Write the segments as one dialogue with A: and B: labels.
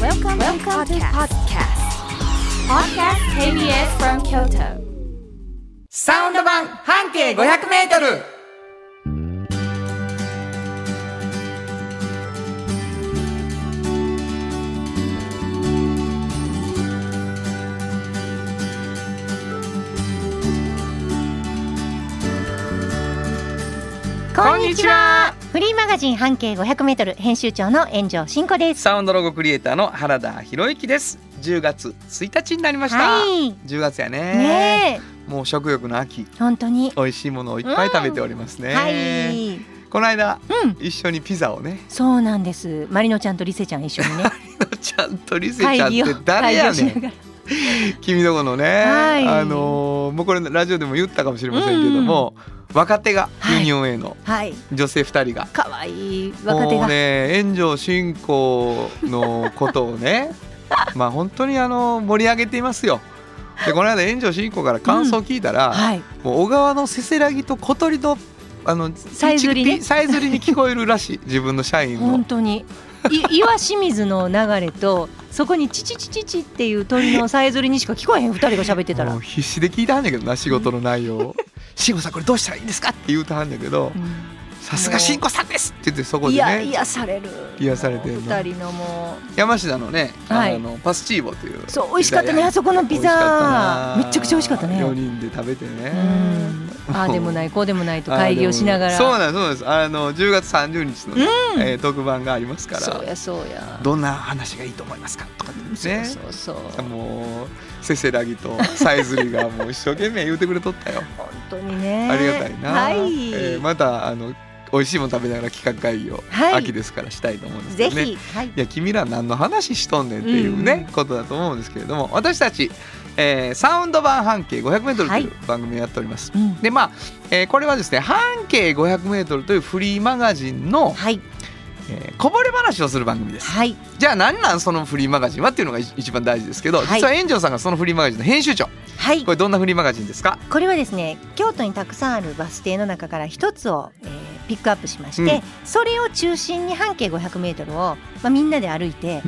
A: Welcome, Welcome to podcast. Podcast KBS from Kyoto.
B: サウンド版半径500メートル
C: こんにちは
D: フリーマガジン半径500メートル編集長の炎上真子です。
C: サウンドロゴクリエイターの原田博之です10月1日になりました、
D: はい。
C: 10月やね
D: ねえ、
C: もう食欲の秋
D: 本当に。
C: 美味しいものをいっぱい食べておりますね、
D: はい。
C: この間
D: うん、
C: 一緒にピザをね
D: そうなんです。マリノちゃんとリセちゃん一緒にね、
C: ちゃんと リセちゃんっ
D: 会議
C: て
D: を
C: 誰
D: 会議
C: や
D: をし
C: ね
D: なが
C: ん
D: ら。
C: 君の子のね、
D: はい
C: あのーもうこれラジオでも言ったかもしれませんけども、若手が
D: はい
C: ユニオン A の
D: はい。
C: 女性2人が、
D: 可愛い若手
C: もう
D: が。
C: ね炎上進行のこと をねまあ本当にあの盛り上げていますよでこの間炎上進行から感想を聞いたら、
D: はい。
C: もう小川のせせらぎと小鳥のあの
D: さえずりね
C: ピピさえずりに聞こえる らしい自分の社員
D: 本
C: の
D: 当に。い 岩清水の流れとそこにチチチチチっていう鳥のさえずりにしか聞こえへん二人が喋ってたら、
C: もう必死で聞いてはんねんけどな仕事の内容を「慎吾さんこれどうしたらいいんですか?」って言うてはんねんけど
D: う
C: 「さすが慎吾さんです!」って言ってそこ
D: ん、い
C: で
D: や
C: ね
D: 癒される
C: 癒されてるの
D: 二人のも
C: 山下のねあ
D: はい
C: の、パスチーボという
D: うそう美味しかったねあそこのピザめちゃくちゃ美味しかったね
C: 4人で食べてね
D: うん、ああでもないこうでもないと会議をしながら
C: あでもそうなんですそうなんですあの10月30日のね、
D: うん
C: えー特番がありますか
D: そう
C: ら
D: やそうや
C: どんな話がいいと思いますかとかってね
D: そうそうそう
C: もうせせらぎとさえずりがもう一生懸命言うてくれとったよ
D: 本当にね
C: ありがたいな、
D: はい、
C: えーまたあの美味しいもの食べながら企画会議を、
D: はい
C: 秋ですからしたいと思うんですけ
D: ぜ
C: どね
D: ひ、はい
C: いや君ら何の話しとんねんっていうね、
D: うん
C: ことだと思うんですけれども私たち、えーサウンド版半径 500m と
D: はいいう
C: 番組をやっております、
D: うん
C: でまあ、えーこれはですね半径 500m というフリーマガジンの、
D: はい
C: えーこぼれ話をする番組です
D: はい
C: じゃあ何なんそのフリーマガジンはっていうのが一一番大事ですけど、
D: はい
C: 実は炎上さんがそのフリーマガジンの編集長
D: はい
C: これどんなフリーマガジンですか
D: これはですね京都にたくさんあるバス停の中から一つを、えーピックアップしまして、それを中心に半径 500m を、まあ、みんなで歩いて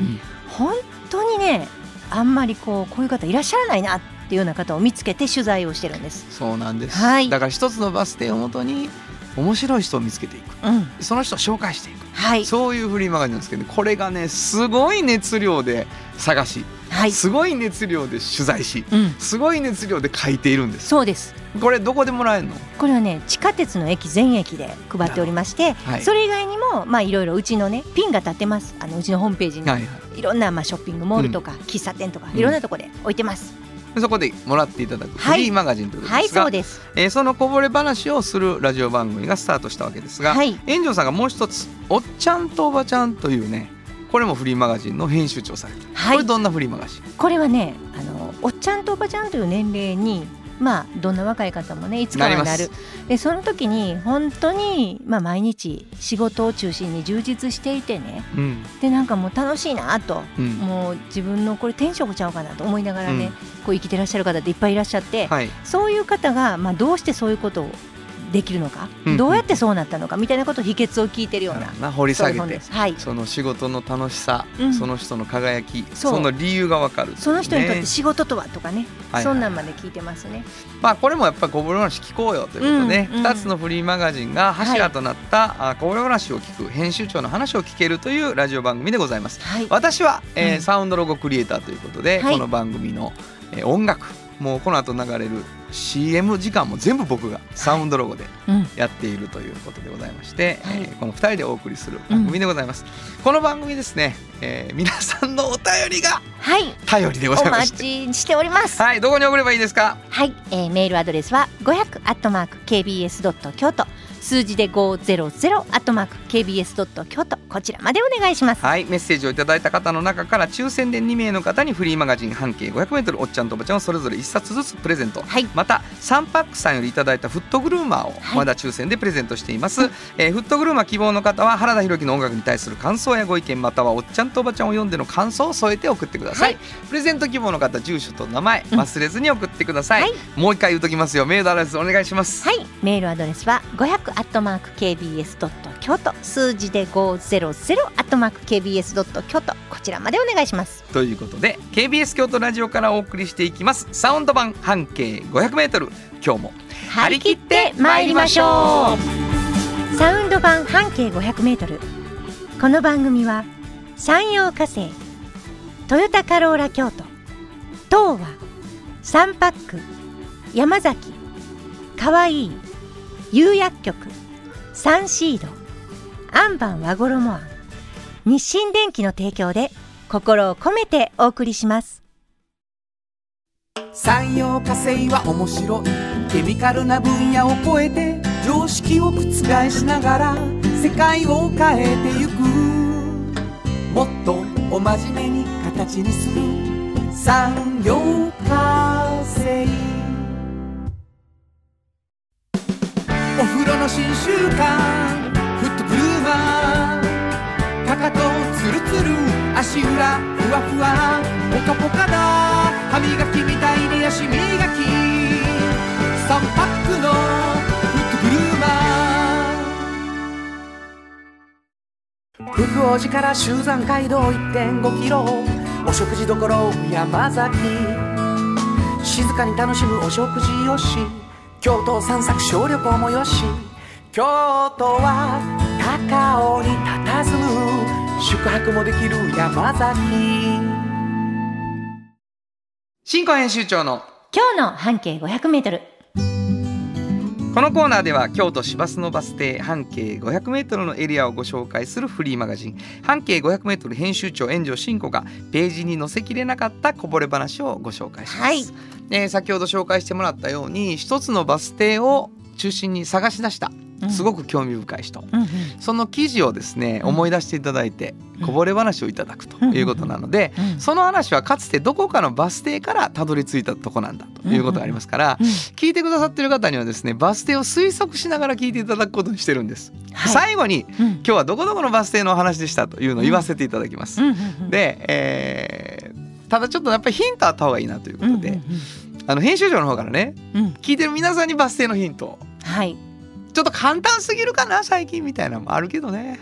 D: 本当にねあんまりこうこういう方いらっしゃらないなっていうような方を見つけて取材をしてるんです。
C: そうなんです、
D: はい
C: だから一つのバス停をもとに面白い人を見つけていく
D: うん、
C: その人を紹介していく
D: はい、
C: そういうフリーマガジンなんですけど、ね、これがねすごい熱量で探し、
D: はい、
C: すごい熱量で取材し
D: うん、
C: すごい熱量で書いているんです
D: そうです。
C: これどこでもらえるの
D: これはね地下鉄の駅全駅で配っておりまして、
C: はい
D: それ以外にもまあいろいろうちのねピンが立ってますあのうちのホームページに、、
C: はいいは
D: ろんなまあショッピングモールとか、喫茶店とか
C: うん
D: いろんなとこで置いてます、
C: い、そこでもらっていただくフ
D: はい
C: リーマガジンということ
D: は
C: で
D: い
C: すが、
D: そうです
C: えーそのこぼれ話をするラジオ番組がスタートしたわけですが、
D: はい
C: 炎上さんがもう一つ「おっちゃんとおばちゃん」というねこれもフリーマガジンの編集長されてる、
D: はい
C: これどんなフリーマガジン
D: これはねあのおっちゃんとおばちゃんという年齢にまあどんな若い方もねいつかは
C: な
D: な
C: り
D: るでその時に本当にまあ毎日仕事を中心に充実していてね
C: うん
D: でなんかもう楽しいなと
C: うん
D: もう自分のこれ転職ちゃうかなと思いながらね、
C: うん
D: こう生きてらっしゃる方っていっぱいいらっしゃって、
C: はい
D: そういう方が、まあ、どうしてそういうことをできるのか、
C: うん
D: どうやってそうなったのかみたいなことを秘訣を聞いてるような、
C: な掘り
D: そう
C: 下
D: いう
C: げ
D: 本
C: て
D: です。はい
C: その仕事の楽しさ、
D: うん
C: その人の輝き
D: そう
C: その理由がわかる、
D: その人にとっ
C: ね
D: て仕事とはとかね、
C: はいはい
D: そんなんまで聞いてますね。
C: まあ、これもやっぱりこぼれ話聞こうよということで、ね
D: うんうん
C: 2つのフリーマガジンが柱となった、あこぼれ話を聞く編集長の話を聞けるというラジオ番組でございます
D: はい、
C: 私は、えー
D: うん
C: サウンドロゴクリエイターということで、
D: はい
C: この番組の、えー音楽もうこの後流れる CM 時間も全部僕がサウンドロゴで
D: うん
C: やっているということでございまして、
D: はい
C: えーこの2人でお送りする番組でございます、この番組ですね、えー皆さんのお便りが
D: はい、
C: 頼りでござ
D: お
C: いま
D: 待
C: して
D: ちしております。
C: はいどこに送ればいいですか
D: はい、えーメールアドレスは500アットマーク kbs ドット京都数字で500アットマーク kbs ドット京都こちらまでお願いします。
C: はい、メッセージをいただいた方の中から抽選で2名の方にフリーマガジン半径 500m おっちゃんとおばちゃんをそれぞれ1冊ずつプレゼント、
D: はい
C: またサンパックさんよりいただいたフットグルーマーを
D: はい
C: まだ抽選でプレゼントしています、えーフットグルーマー希望の方は原田裕樹の音楽に対する感想やご意見またはおっちゃんとおばちゃんを読んでの感想を添えて送ってください、
D: は
C: プレゼント希望の方住所と名前忘れずに送ってください、
D: はい
C: もう一回言うときますよメールアドレスお願いします、
D: はい、メールアドレスは500アットマーク KBS ドット京都数字で五ゼロゼロアットマーク KBS ドット京都こちらまでお願いします。
C: ということで KBS 京都ラジオからお送りしていきますサウンド版半径 500m 今日も
D: 張り切って参りましょうサウンド版半径 500m この番組は山陽火星トヨタカローラ京都東和サンパック山崎かわいい釉薬局サンシードアンバン和衣庵日清電機の提供で心を込めてお送りします
B: 産業化成は面白いケミカルな分野を超えて常識を覆しながら世界を変えてゆくもっとお真面目に形にする産業化成お風呂の新習慣フットブルーマーかかとつるつる足裏ふわふわポカポカだ歯磨きみたいに足磨き3パックのフットグルーマー福王寺から集山街道1.5キロお食事どころ山崎静かに楽しむお食事よし京都を散策小旅行もよし京都は高尾に佇む宿泊もできる山崎
C: 新婚編集長の
D: 今日の半径 500m
C: このコーナーでは京都市バスのバス停半径 500m のエリアをご紹介するフリーマガジン半径 500m 編集長炎上真子がページに載せきれなかったこぼれ話をご紹介します、
D: はい
C: えー先ほど紹介してもらったように一つのバス停を中心に探し出したすごく興味深い人、
D: うんうん
C: その記事をですね
D: うん
C: 思い出していただいて
D: うん
C: こぼれ話をいただくということなので
D: うんうん
C: その話はかつてどこかのバス停からたどり着いたとこなんだということがありますから
D: うん
C: 聞いてくださってる方にはですねバス停を推測しながら聞いていただくことにしてるんです。
D: はい
C: 最後に
D: うん
C: 今日はどこどこのバス停のお話でしたというのを言わせていただきます。
D: うんうんうん
C: で、えーただちょっとやっぱりヒントあった方がいいなということで、
D: うん
C: あの編集長の方からね
D: うんうんうん
C: 聞いてる皆さんにバス停のヒント
D: はい
C: ちょっと簡単すぎるかな最近みたいなのもあるけどね。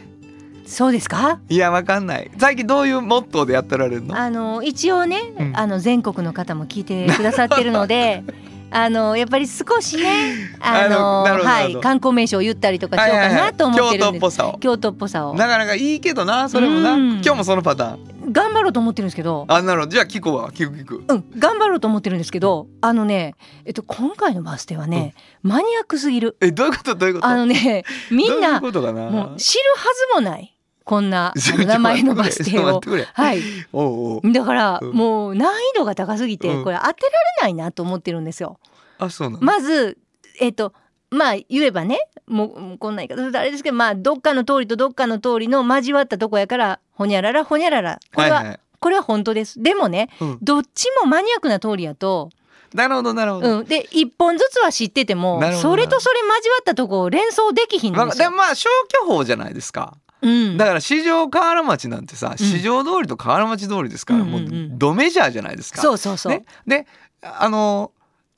D: そうですか
C: いやわかんない最近どういうモットーでやってられるの
D: あの一応ね、
C: うん
D: あの全国の方も聞いてくださってるの であのやっぱり少しねあの
C: あのなるほど
D: は
C: なるほ
D: い
C: ど
D: 観光名所を言ったりとかしよう
C: はい
D: か
C: はいは
D: ないと思ってるんです、
C: 京都っぽさを
D: 京都っぽさを
C: なかなかいいけどなそれもな
D: うん
C: 今日もそのパターン
D: 頑張ろうと思ってるんですけど
C: あなるほどじゃあ聞くわ聞く聞く
D: うん頑張ろうと思ってるんですけどあのねえっと今回のバス停はね、マニアックすぎる
C: えどういうことどういうこと
D: あの ねみんな
C: どういうことかな
D: もう知るはずもないこんな
C: ちょ
D: あ
C: っ
D: の名
C: と待って
D: 前のバス停
C: ち
D: を
C: ょっと待ってくれ
D: はい
C: おうおう
D: だから
C: うん
D: もう難易度が高すぎ
C: う
D: て
C: ん
D: これ当てられないなと思ってるんですよ。
C: あそうなの、
D: まずえっとまあ言えばねもうもうこんな言い方あれですけどまあどっかの通りとどっかの通りの交わったとこやからほにゃららほにゃららこれは、
C: はいはい
D: これは本当です。でもね
C: うん、
D: どっちもマニアックな通りやと、
C: なるほどなるほど、
D: うん、で一本ずつは知ってても
C: なるほど
D: それとそれ交わったとこを連想できひん
C: ま
D: の
C: あ
D: です
C: で
D: よ
C: も。まあ消去法じゃないですか
D: うん
C: だから市場河原町なんてさ、
D: うん
C: 市場通りと河原町通りですから、
D: うんうんうん
C: もうドメジャーじゃないですか
D: そうそうそう。
C: ね、であの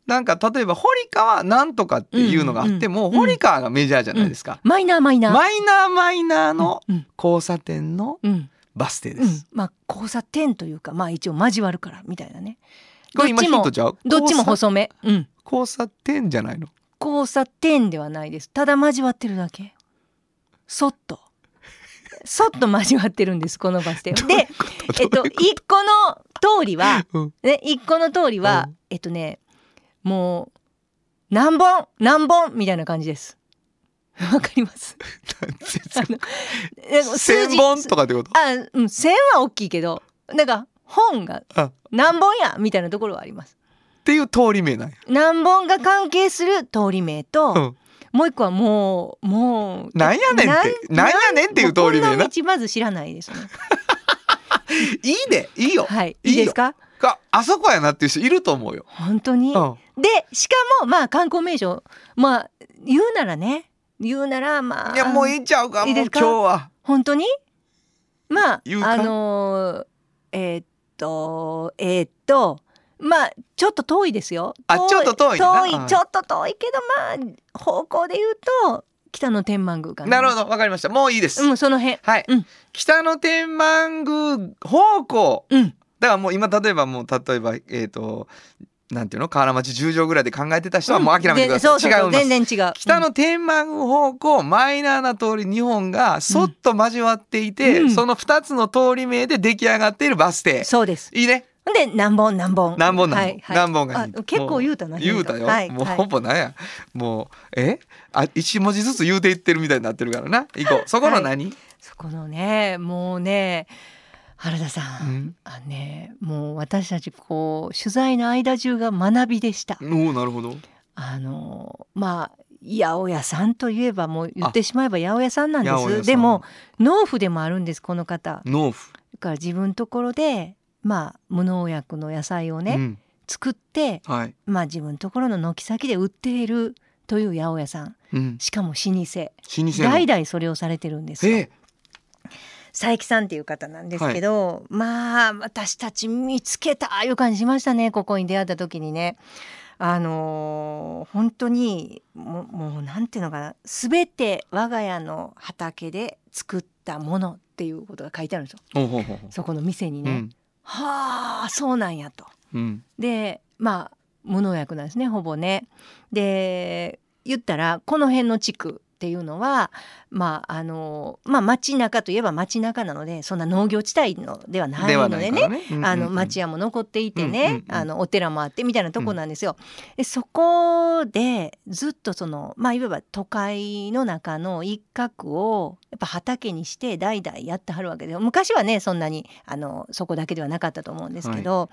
C: なんか例えば堀川なんとかっていうのがあって
D: うんう
C: も、
D: んうん
C: 堀川がメジャーじゃないですか、
D: マイナーマイナー。
C: マイナーマイナーの
D: うん
C: 交差点の
D: うん
C: バス停で
D: うん
C: す、
D: まあ交差点というかまあ一応交わるからみたいなね。
C: これ今ヒントちゃう
D: どっちも
C: 交差
D: 細め。うん。
C: 交差点じゃないの
D: 交差点ではないですただ交わってるだけそっとそっと交わってるんですこのバス停は
C: どうい
D: で
C: うこと
D: えっと一個の通りは、
C: うん
D: ね一個の通りは、
C: うん
D: えっとねもう何本何本みたいな感じですわかりますえ数字
C: 千本とかってこと
D: あうん千は大きいけどなんか本が
C: あっ
D: 何本やみたいなところはあります
C: ていう通り名なんや、
D: 何本が関係する通り名と、
C: うん、
D: もう一個はもうもう
C: なんやねんってなんやねんっていう通り名な
D: もこの道まず知らないですね
C: いいねいいよ、
D: はい
C: いい
D: い
C: よ
D: いですか
C: ああそこやなっていう人いると思うよ、
D: 本当に、
C: うん、
D: でしかもまあ観光名所まあ言うならね言うならまあ
C: いやもうい
D: い
C: いんちゃうか
D: いい
C: もう
D: で
C: 今
D: すか
C: 日は
D: 本当にまあ
C: 言うか
D: あのーえーっとえーっとまあちょっと遠いですよ
C: あちょっと遠いな
D: 遠
C: うん
D: いちょっと遠いけどまあ方向で言うと北野天満宮か
C: なるほ
D: ど
C: どわかりましたもういいです、
D: うんその辺
C: はい、
D: うん
C: 北の天満宮方向
D: うん
C: だからもう今例えばもう例えばえっ、となんていうの河原町10条ぐらいで考えてた人はもう諦めてください、
D: うんでそうそうそう
C: 違います
D: 全然違う
C: 北の天満宮方向マイナーな通り2本がそっと交わっていて、
D: うん
C: その2つの通り名で出来上がっているバス
D: う
C: 停
D: ん、そうです
C: いいね
D: で何本何本
C: 何本何本、
D: はいはい
C: 何本が
D: あ結構言うたな
C: も言うたよ、
D: はい
C: もう
D: はい
C: ほぼなんやもうえあ一文字ずつ言うていってるみたいになってるからな行こうそこの何、
D: そこのねもうね原田さ、
C: うんん
D: あのねもう私たちこう取材の間中が学びでした、
C: おおなるほど
D: あのまあ八百屋さんといえばもう言ってしまえば八百屋さんなんで
C: 八百屋
D: す
C: さん
D: でも農夫でもあるんですこの方
C: 農夫
D: だから自分のところでまあ無農薬の野菜をね、
C: うん
D: 作って
C: はい、
D: まあ自分のところの軒先で売っているという八百屋さん
C: うん、
D: しかも老舗
C: 老舗の
D: 代々それをされてるんですよ
C: え
D: 佐伯さんっていう方なんですけど、まあ私たち見つけたいう感じしましたねここに出会った時にね。あのー本当にもうもうなんていうのかな全て我が家の畑で作ったものっていうことが書いてあるんですよ
C: ほうほうほうほ
D: そこの店に
C: う、
D: ね。
C: うん
D: はあそうなんやと。
C: うん
D: でまあ無農薬なんですねほぼね。で言ったらこの辺の地区っていうのはまああのまあ町中といえば町中なのでそんな農業地帯のではない
C: では
D: の
C: ない
D: で
C: か
D: ね。
C: らねうん
D: あ
C: うん
D: の
C: うん
D: 町屋も残っていてね、
C: うんうんうん
D: あのお寺もあってみたいなとこなんですよ。でそこでずっとそのまあいわば都会の中の一角をやっぱ畑にして代々やってはるわけで昔はねそんなにあのそこだけではなかったと思うんですけど、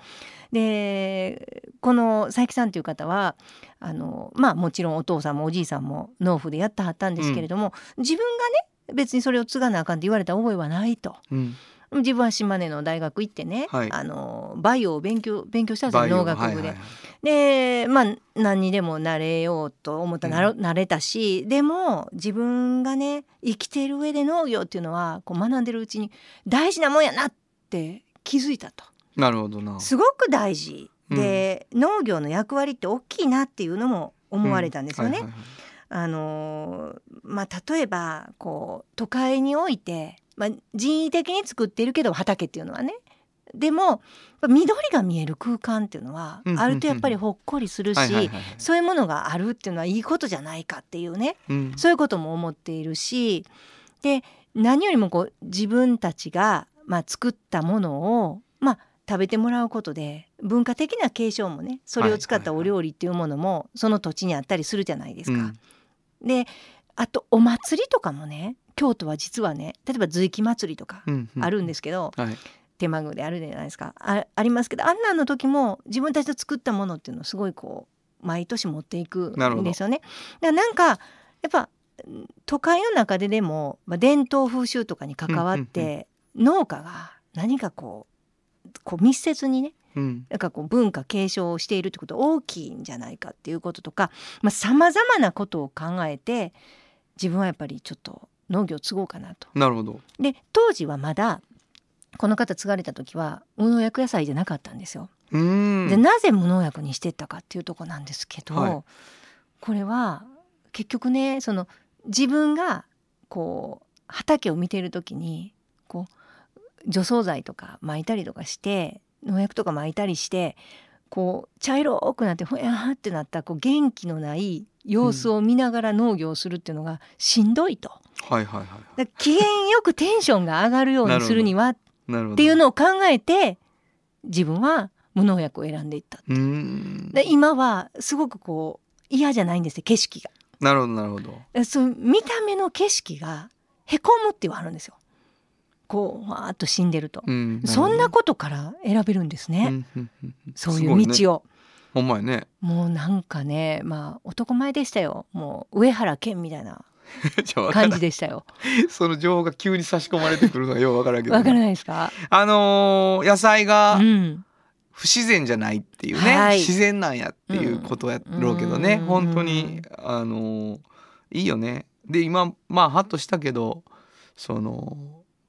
D: でこの佐伯さんという方はあのまあもちろんお父さんもおじいさんも農夫でやってはったんですけれども、自分がね別にそれを継がなあかんって言われた覚えはないと。
C: うん
D: 自分は島根の大学行ってね、
C: はい
D: あのバイオを勉強勉強したんです
C: バイ
D: よ
C: オ
D: 農学部で。
C: はいはいはい
D: でまあ何にでもなれようと思ったらなろ、なれたしでも自分がね生きてる上で農業っていうのはこう学んでるうちに大事なもんやなって気づいたと。
C: なるほどな
D: すごく大事で、農業の役割って大きいなっていうのも思われたんですよね。
C: うんはいはいはい
D: あのーまあ、例えばこう都会において、まあ、人為的に作っているけど畑っていうのはねでもやっぱ緑が見える空間っていうのは
C: うんうんうん
D: あるとやっぱりほっこりする
C: はいはい
D: し
C: はいはい
D: そういうものがあるっていうのはいいことじゃないかっていうね
C: うん
D: そういうことも思っているしで何よりもこう自分たちが、まあ、作ったものを、まあ、食べてもらうことで文化的な継承もねそれを使ったお料理っていうものもその土地にあったりするじゃないですか。
C: うん
D: であとお祭りとかもね京都は実はね例えば随記祭りとか
C: うんうん
D: あるんですけど、
C: はい
D: 手間具であるじゃないですかあありますけどあんなんの時も自分たちの作ったものっていうのをすごいこう毎年持っていく
C: なるほ
D: ん
C: ど
D: ですよね。だからなんかやっぱうん都会の中ででも、まあ、伝統風習とかに関わって、農家が何かこうこう密接にね
C: うん
D: なんかこう文化継承をしているってことは大きいんじゃないかっていうこととかさまざ、まなことを考えて自分はやっぱりちょっと農業継ごうかなと。
C: なるほど
D: で当時はまだこの方継がれた時は無農薬野菜じゃなかったんですよ。
C: うーん
D: でなぜ無農薬にしてったかっていうとこなんですけど、
C: はい
D: これは結局ねその自分がこう畑を見ている時にこう除草剤とか撒いたりとかして農薬とか撒いたりしてこう茶色くなってほやーってなったこう元気のない様子を見ながら農業をするっていうのがしんどいと。
C: はいはいは
D: だから機嫌よくテンションが上がるようにするにはっ
C: いなるほど
D: ていうのを考えて自分は無農薬を選んでいった。
C: うーん
D: で今はすごくこう嫌じゃないんですよ景色が。
C: なるほどなるほど
D: えそう見た目の景色がへこむっていうのはあるんですよ。こうわーっと死んでると。
C: うん
D: そんな
C: こ
D: ことから選べるんですね、そうい
C: すごいうね
D: 道を、
C: ほんまやね
D: もうなんかねまあ男前でしたよもう上原健みたいな
C: じゃあわか
D: 感
C: らん
D: じでしたよ
C: その情報が急に差し込まれてくるのがようわからんけ ど
D: わからないですか、
C: あのー野菜
D: う
C: が
D: ん、
C: 不自然じゃないっていうね、
D: はい
C: 自然なんやっていうことやろうけどね、
D: うん
C: 本当にあのーいいよねで今まあハッとしたけどその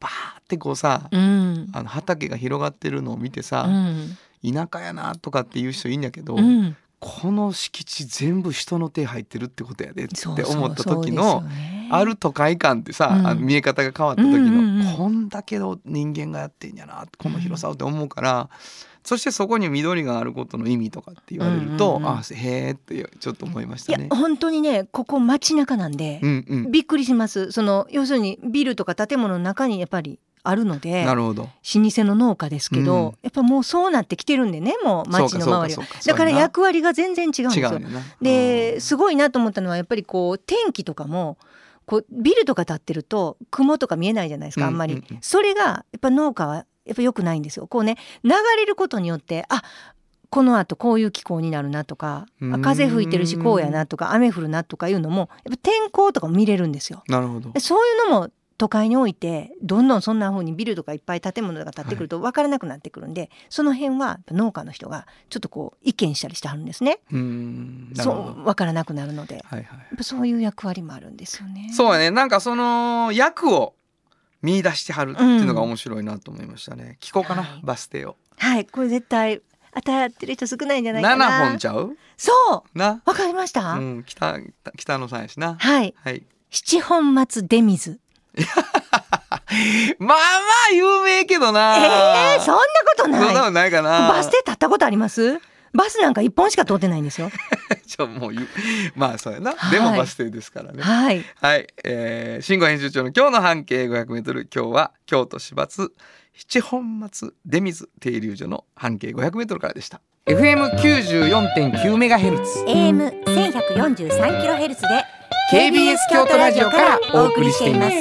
C: バーってこうさ、
D: うん
C: あの畑が広がってるのを見て
D: う
C: さ、
D: ん
C: 田舎やなとかっていう人いいんやけど、
D: うん
C: この敷地全部人の手入ってるってことやでって
D: そうそう
C: 思った
D: そう
C: 時
D: ですよ
C: の
D: ね
C: ある都会感ってさ、
D: うん
C: あの見え方が変わった時の、
D: うんうんうん
C: こんだけの人間がやってんやなこの広さをって思うから、そしてそこに緑があることの意味とかって言われると、
D: うんうんうん
C: あへえってちょっと思いまし
D: い
C: た
D: や
C: ね。
D: 本当にねここ街中なんで、
C: うんうん、
D: びっくりしますその要するにビルとか建物の中にやっぱりあるので
C: なるほど。
D: 老舗の農家ですけど、
C: うん
D: やっぱもうそうなってきてるんでねもう街の周りは
C: そうかそうかそうか
D: だから
C: そうやな
D: 役割が全然違うんです
C: 違
D: よ
C: う。ねんな。
D: ですごいなと思ったのはやっぱりこう天気とかもこうビルとか建ってると雲とか見えないじゃないですかあんまり、
C: うんうんうん
D: それがやっぱ農家はやっぱ良くないんですよこうね流れることによってあこのあとこういう気候になるなとか
C: うー
D: あ
C: ん
D: 風吹いてるしこうやなとか雨降るなとかいうのもやっぱ天候とかも見れるんですよ。
C: なるほど
D: で。そういうのも都会においてどんどんそんな風にビルとかいっぱい建物が建ってくると分からなくなってくるんで、その辺はやっぱ農家の人がちょっとこう意見したりしてはるんですね。
C: うーんなる
D: そ
C: ほど。
D: う分からなくなるのでや
C: はいはい。
D: っぱそういう役割もあるんですよね。
C: そうやねなんかその役を見出してはるっていうのが面白いなと思いましたね、聞こうかな、
D: はい
C: バス停を
D: はいこれ絶対当たってる人少ないんじゃないかな。
C: 7本ちゃう
D: そう
C: な、
D: わかりました、
C: うん、北北野さんやしな
D: はい
C: はい
D: 七本松出水。
C: まあまあ有名けど
D: え
C: な
D: えー、そんなこと
C: そんなこ
D: ない。
C: とないかな
D: バス停立ったことあります？バスなんか一本しか通ってないんですよ。
C: じゃあもう言うまあそうやな、
D: はい
C: でもバス停ですからね
D: はい。
C: はい、えー、慎吾編集長の今日の半径 500m 今日は京都市バス七本松出水停留所の半径 500m からでした FM94.9MHz
A: AM 1143キロヘルツで
C: KBS 京都ラジオからお送りしています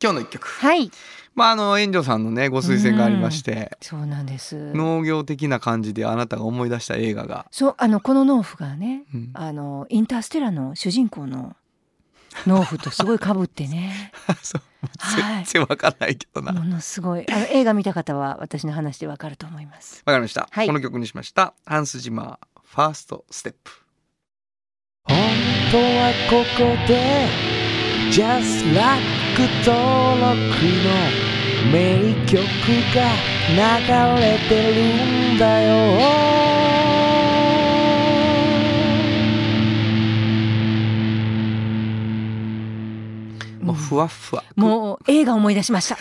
C: 今日の一曲
D: はい。
C: まああの遠慮さんのねご推薦がありまして
D: そうなんです。
C: 農業的な感じであなたが思い出した映画が、
D: そうあのこの農夫がね、
C: うん
D: あのインターステラの主人公の農夫とすごい被って ね。
C: そう
D: はい
C: 全然わかんないけどな、
D: ものすごいあの映画見た方は私の話でわかると思います。
C: わかりました、
D: はい
C: この曲にしましたハンス・ジマーファーストステップ
B: 本当はここで Just Like 登録の名曲が流れてるんだよ
C: もうふわっふわ、
D: もう映画思い出しま した。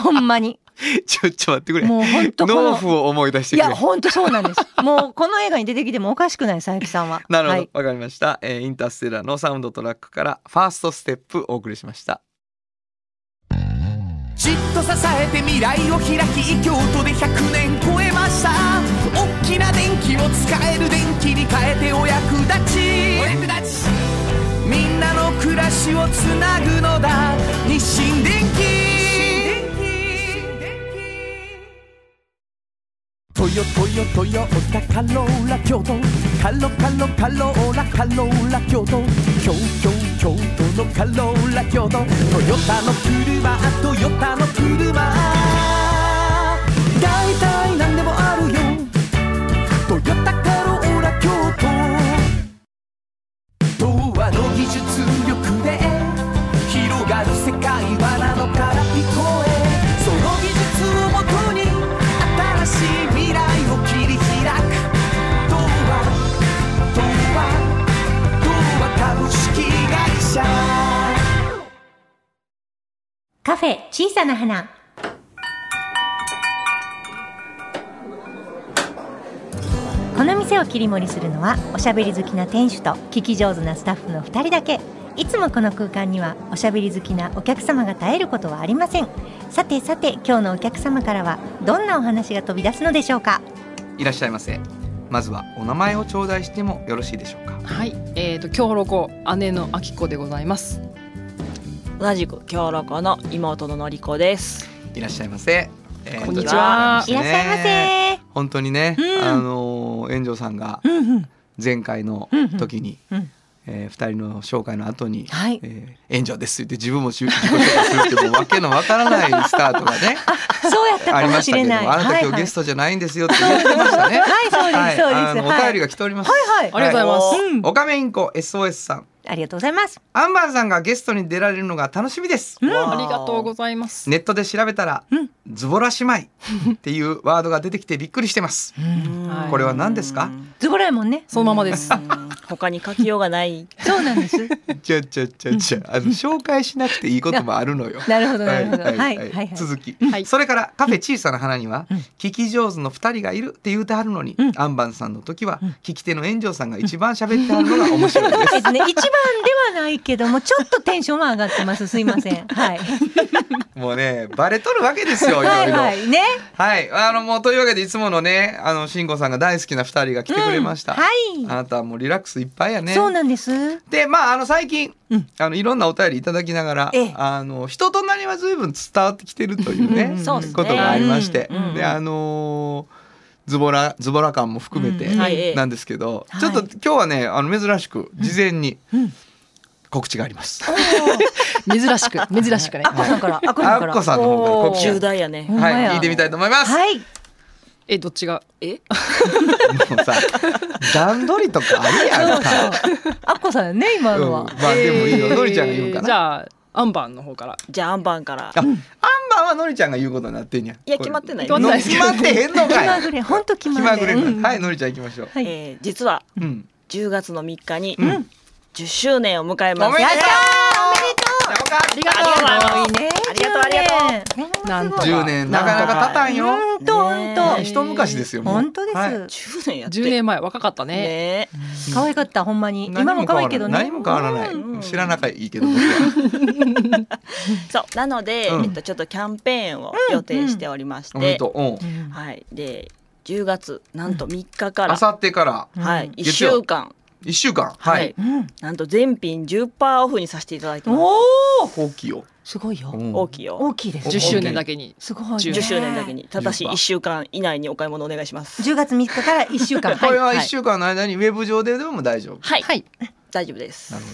D: ほんまに
C: ちょちょ待ってくれ
D: もう本当この
C: 農夫を思い出して
D: い
C: くれ
D: や本当そうなんです。もうこの映画に出てきてもおかしくない佐伯さんは。
C: なるほど
D: は
C: わ
D: い、、
C: かりました、えーインターステラーのサウンドトラックからファーストステップお送りしました
B: じっと支えて未来を開き京都で100年超えました大きな電気を使える電気に変えてお役立ちお役立ちみんなの暮らしをつなぐのだ日清電気トヨトヨトヨタカローラ京都カロカロカローラカローラ京都京京京都のカローラ京都トヨタの車トヨタの車だいたいなんでもあるよトヨタカローラ京都童話の技術力で広がる世界はなのから聞こえその技術をもとに新しい未来を切り開く童話童話童話株式会社
A: カフェ小さな花
D: この店を切り盛りするのはおしゃべり好きな店主と聞き上手なスタッフの2人だけいつもこの空間にはおしゃべり好きなお客様が絶えることはありませんさてさて今日のお客様からはどんなお話が飛び出すのでしょうか
C: いらっしゃいませまずはお名前を頂戴してもよろしいでしょうか
E: はい、えっ、と京ロコ姉のあきこでございます。
F: 同じく京ロコの妹ののりこです。
C: いらっしゃいませ、えー
E: こんにちは
D: いらっしゃいませ
C: 本当にね、
D: うん
C: あのー園長さんが
D: うんうん
C: 前回の
D: うんうん
C: 時に、
D: うん
C: えー二人の紹介の後に
D: はい
C: えー園長です」って自分も自己紹介するってもう訳のわからないスタートがね
D: そうやった
C: あ
D: か
C: り
D: も
C: まし
D: した
C: け
D: れ
C: ど「
D: ない
C: あなた今日ゲストじゃないんですよ」って言ってましたね。
D: はいはい、はい、そうです、
C: あ
D: そう
C: の
D: です
C: お便り
D: が
C: が来ております。
D: はい
E: ありがとうございます。
D: うん
C: おかめインコ SOS さん、
D: ありがとうございます
C: アンバーさんがゲストに出られるのが楽しみです。
E: ありがとうございます。
C: ネットで調べたら、
D: うん
C: ズボラ姉妹っていうワードが出てきてびっくりしてます。
F: はい
C: これは何ですか
D: ズボラやもんね
E: そのままです。
F: うん他に書きようがない。
D: そうなん です。
C: ちゃちゃちゃちゃ、あの紹介しなくていいこともあるのよ。
D: なるほどな
C: は
D: る
C: い
D: ほど。はいは
C: はいい
D: は
C: はいい。。続き、
E: はい
C: それからカフェ小さな花には、
F: うん
C: 聞き上手の二人がいるって言うてはるのに、
F: うん
C: アンバンさんの時は、
F: うん
C: 聞き手の炎上さんが一番喋ってはるのが面白いです
D: えっとね、一番ではないけどもちょっとテンションは上がってますすいませんはい
C: もうねバレとるわけですよいろいろ
D: は
C: はいい、
D: はいね
C: あのもうというわけでいつものねあの慎吾さんが大好きな二人が来てくれました、
D: うん
C: あ
D: は
C: なたはもうリラックスいっぱいや
D: い、
C: ね
D: そうなんです
C: でまああの最近、
F: うん
C: あのいろんなお便りいただきながら、
F: ええ
C: あの人となりは随分伝わってきてるというね
F: うんそうですね
C: ことがありまして、
F: うん
C: であのーズボラズボラ感も含めて
F: うんはい
C: なんですけど、
D: はい
C: ちょっと今日はねあの珍しく事前に
F: うん
C: 告知があります。
E: 珍しく珍しくね。
D: あっこさんからあっこさんか
C: あっこ
D: ら
C: さんの方から告知
F: 重大やね
D: ほん。ま
C: はい
D: や
C: 聞いてみたいと思います。
D: はい
E: えどっちが
F: え、
C: もうさ段取りとかあるやんか。
D: あっこさんよね今
C: うん
D: のは、
C: まあでもいいよ、
E: えー
C: のりちゃんが言うか
E: じ
C: ら。あ
E: ゃあアンバンの方から。
F: じゃあアンバンから。
C: アンバーはのりちゃんが言うことになってんや。
F: いや決まってない
C: これ
E: 決まってないで
C: 決まって
E: す
C: へんの
D: 気
C: か
D: ま
C: い。
D: ぐれ本当気
C: 気
D: ま
C: ま
D: ぐ
C: ぐ
D: れ
C: れ、
D: うん
C: はいのりちゃん行きましょう、
D: はい
F: えー実は
C: うん
F: 10月の3日に
C: うん
F: 10周年を迎え
C: おめでとう
F: ます。
D: やった
E: ありがとう
F: ありがとう
D: いいね
F: ありがとうありがとう
D: とう
E: なんと
C: 10年なかなか経たんよ、
D: 本当本
F: ね
D: 当
F: え
C: 一昔ですよもう
D: 本当です、
C: はい
F: 10年やって。
E: 10年前若かったね。
F: ね。
D: 可愛かったほんまに今も可愛いけどね
C: 何も変わらない、
F: うん
C: 知らなきゃいいけど僕 は
F: そうなので、
C: うん
F: えっとちょっとキャンペーンを予定しておりまして、
C: おめでとう、うん
D: うん
F: はいで10月なんと3日か
C: あ
F: ら、
C: さってから
F: はい1
C: 月曜
F: 週間
C: 一週間は
F: はいい、
D: うん
F: なんと全品10%オフにさせていただいてます
D: おお
C: 放棄を、
D: すごいよ
C: うん
F: 大きいよ
D: 大きいです
E: 10周年だけに。
D: すごいね
F: 10周年だけにただし
C: 10%
F: 1週間以内にお買い物お願いします
D: 10月3日から1週間
C: これは
D: はい
C: 一週間の間にウェブ上ででも大丈夫、
F: はい、
E: はい。
F: 大丈夫です
C: なるほ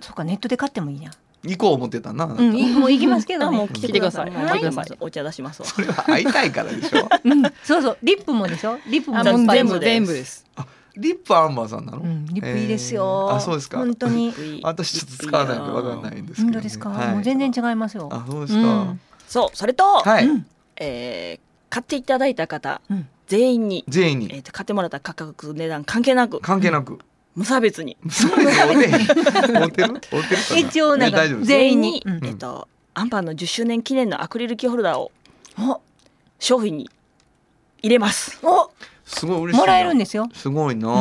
D: そうかネットで買ってもいいな
C: ど行こう思ってたな、
D: うんいもう行きますけど
F: あ
D: ね
F: もう来
E: 聞い
F: て
E: てくだ
F: くださ
E: さ
F: い
E: い
F: は
E: 聞
F: い
E: いてください
F: お茶出しますわ
C: それは会いたいからでしょ
D: うんそうそうリップもでしょリップも
E: あ
F: じゃあ
E: もう
D: いっぱい
E: 全
F: 全部
E: 部
F: で
E: 全部です。
C: リップアンバーさんなの、
D: うんリップいいですよ
C: えーあそうですか
D: 本当 に
C: 私ちょっと使わないんでわかんないんですけど、
D: 本
C: ね、
D: 当ですか
C: はい
D: もう全然違いますよ
C: あそうですか、
D: うん
F: そうそれと、
C: はい、
F: えー買っていただいた方、
D: うん
F: 全員に、
C: 全員
F: え
C: に
F: ーと買ってもらった価格値段関係なく
C: 関係なく、
F: 無差別に
C: そうですおておてるおてるかな
D: 一応なん
C: いや
D: か
C: 大丈夫で
D: 全
C: す
F: 全
D: 員
F: 員
D: に
F: に、
D: うん
F: えっと、アンパンの10周年記念のアクリルキーホルダーを
D: お
F: 商品に入れます。
D: お
C: すごい嬉しいな
D: もらえるんですよ
C: すごいなあ、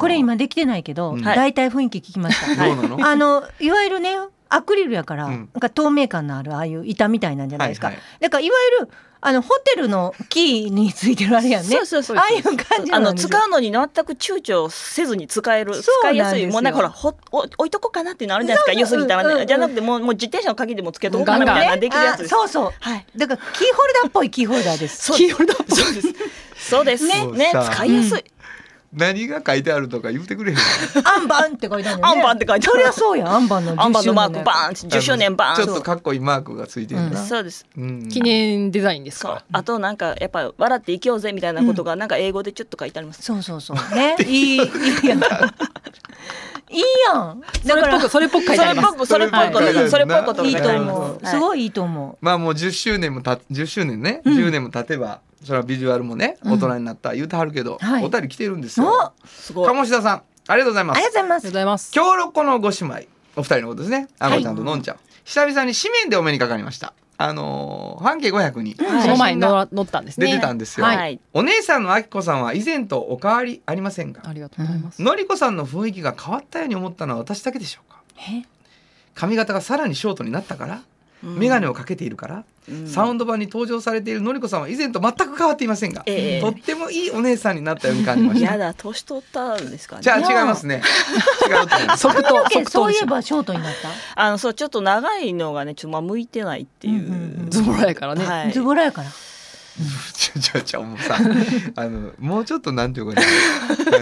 D: これ今できてないけど
C: うん
D: だいたい雰囲気聞きました
C: どうなの、
D: あのいわゆるねアクリルやから、
C: うん
D: なんか透明感のあるああいう板みたいなんじゃないですか、
C: はいはい
D: だからいわゆるあのホテルのキーについてるあれやんね
F: そうそうそう
D: ああいう感じ
F: あ
D: なん
F: の
D: です
F: 使
D: よ
F: うのに全く躊躇せずに使える
D: そうな
F: 使
D: ん
F: い
D: ですよ
F: やすいもうなんかほらほお置いとこうかなっていうのあるじゃないですか良
D: そうそ
F: す
D: う
F: ぎたらね、
D: うんうん
F: じゃなくてもうもう自転車の鍵でもつけとこう
E: ガ
F: か
E: ンガ
F: なみ
E: ン
F: たいな
D: ね
F: できるやつ
D: あ
F: です。
D: そうそう
F: はい
D: だからキーホルダーっぽいキーホルダーです
F: そうですそうですそうです
C: ね
F: ね
C: そうさ
F: 使いやすい、
C: 何が書いてあるとか言ってくれへん
D: アンバンって書いてあるの
F: ア
D: よ
F: ン
D: ね
F: パンって書いて
D: そり
F: あ
D: ゃ
F: る
D: そうやアンバンの
F: アンパンのマークバー
D: ン
F: ンって10周年バーン
C: ちょっとかっこいいマークがついてるな、
D: と
F: そうです
C: うん
E: 記念デザインです
F: そう
E: か
F: あとなんかやっぱ笑っていきようぜみたいなことがなんか英語でちょっと書いてあります
D: そうそうそう ねいいいいやんいいやんだから
E: ら。それっぽく書いてあります。
F: それっぽく、それっぽいこと、それっぽいこと
D: いい
F: が書
D: と
F: てあり
D: 思
C: なる
F: ま
C: ほ
D: う
F: す。
D: す
F: はい。
D: ごいいいと思
C: まあもう10周年もた10周年ね、10年も経てばそれはビジュアルもね大人になった言うてはるけど、
D: はい
C: お便り来てるんです
D: うお
C: よ
D: あ
F: すごい。。
C: 鴨志田さんありがとうございま
D: りがとうご
C: す
D: ざいま
E: ありがとう
D: す
E: ございます。
C: 京ロコのご姉妹お二人のことですねあのちゃんとのんちゃん、久々に紙面でお目にかかりましたあのー半径500に
E: その前に乗ら乗ったんです
C: 出
E: ね。
C: てたんですよ、
E: はい
C: お姉さんのあきこさんは以前とお変わりありませんが
E: ありがとうございます。
C: のりこさんの雰囲気が変わったように思ったのは私だけでしょうか
D: え
C: 髪型がさらにショートになったから眼鏡をかけているから、
F: うん
C: サウンド版に登場されているのりこさんは以前と全く変わっていませんが、
F: ええ
C: とってもいいお姉さんになったように感じまし
F: や
C: た
F: だ、年取ったんですかね。
C: じゃあ違いますね違うと思います
E: 即答即
D: そ
E: 答
D: う
E: で
D: い
E: す
D: え
E: よ。
D: ばショートになった
F: あの、そう、ちょっと長いのがね、ちょっとまあ向いてないってい
D: うんうんうん
F: う。
E: ズボラやからね。
F: はい
D: ズ。ボラやから。
C: ちょちょちょもうさあのもうちょっとなんていうかね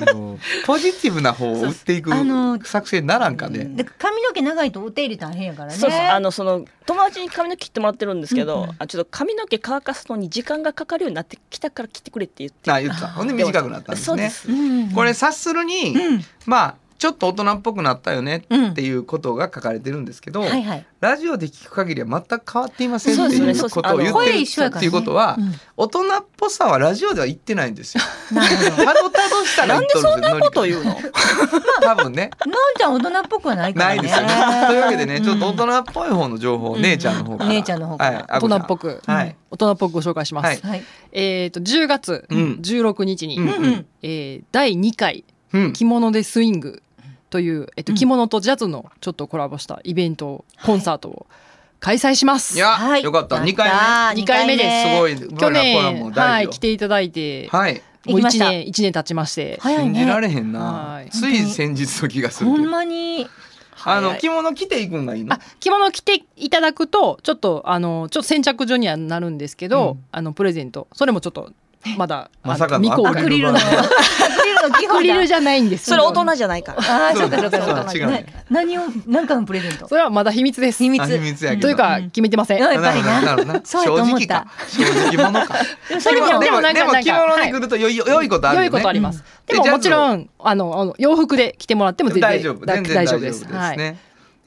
C: あのポジティブな方を打っていく
D: あの
C: 作戦ならんかね
D: で髪の毛長いとお手入れ大変やからね。
F: そうそうあのその友達に髪の毛切ってもらってるんですけど、あちょっと髪の毛乾かすのに時間がかかるようになってきたから切ってくれって言って
C: あ言ってたほんで短くなったんです
F: そうで
C: ね
F: す
D: うん
C: これ察するに、まあちょっと大人っぽくなったよね
D: うん
C: っていうことが書かれてるんでですけど、
D: はいはい
C: ラジオで聞く限りは全く変わっていません
F: そう
C: っ
F: で
C: てい
F: すね
C: うことを言って
D: 声
C: る
D: 一緒やから
C: っ
D: ね
C: ていうことは
D: うん
C: 大人っぽさはラジオでは言ってないんですよ。
D: なるほど
C: たどたどしたら
F: なんでそんなこと言うの
C: 多分ね
D: のんちゃん大人っぽくはないから
C: な
D: ね
C: いですよね。というわけでねちょっと
D: 人、
C: 大人っぽい方の情報を
D: うん
C: 姉ちゃんの方から
D: 姉ちゃんの方から
C: はいあ
E: 大
C: こ
E: 人
C: ちゃん
E: っぽく、
C: はい
E: 大人っぽくご紹介します、
C: はい
D: はい
E: えっ、と10月
C: うん
E: 16日に、
C: うん
D: うんうん
E: えー第2回
C: うん
E: 着物でスイングという、えっと
D: うん
E: 着物とジャズのちょっとコラボしたイベントを、コンサートを開催します
C: いや
D: はい
C: よかった二回
E: 二回目です
C: 目すごいブ
E: 去
C: ラナコラも
E: 年、は
C: 大
E: い、
C: 事
E: 来ていただいて、
C: はい
D: 行
E: もう
D: きま
E: 1
D: した
E: 年一年経ちまして、
D: 早い
C: 信じら
D: ね
C: れへん
E: は
C: ないつい先日の気がする
D: ほ
C: け
D: ん
C: ど
D: まに
C: あの
E: はい
C: 着物着ていくんがいいの
E: あ着物着ていただくとちょっとあのちょっと先着順にはなるんですけど、
C: うん
E: あのプレゼントそれもちょっとまだ
C: まさか
E: あの
C: の
E: 未公
C: ア
E: 開
C: クリル板
D: アクリルの基
E: アク
D: 本
E: リル
D: だ
E: じゃないんです
F: それ大人じゃないから
D: ああそうかそうか
C: そう
D: そ
C: だ
D: うか
C: 違うね
D: な何を何かのプレゼント
E: それはまだ秘密です
D: 秘密
C: あ秘密やけど
E: というか決めてません、
D: う ん
C: なるほど
D: やっぱりな
C: なるほど
D: そうやと思っ
C: 正直
D: た
C: か正直者か
E: それ
C: で
E: も
C: も
E: で
C: で
E: も
C: も
E: なん
C: で
E: か
C: も
E: なん
C: 着
E: か
C: 物で来るとよい良いことある
E: 良
C: よね
E: いことあります、
C: うん
E: でも
C: で
E: もちろんあのあの洋服で着てもらっても全然
C: 大丈夫
E: だ
C: 全然大丈夫で
E: ですす
C: ね、
E: はい
C: で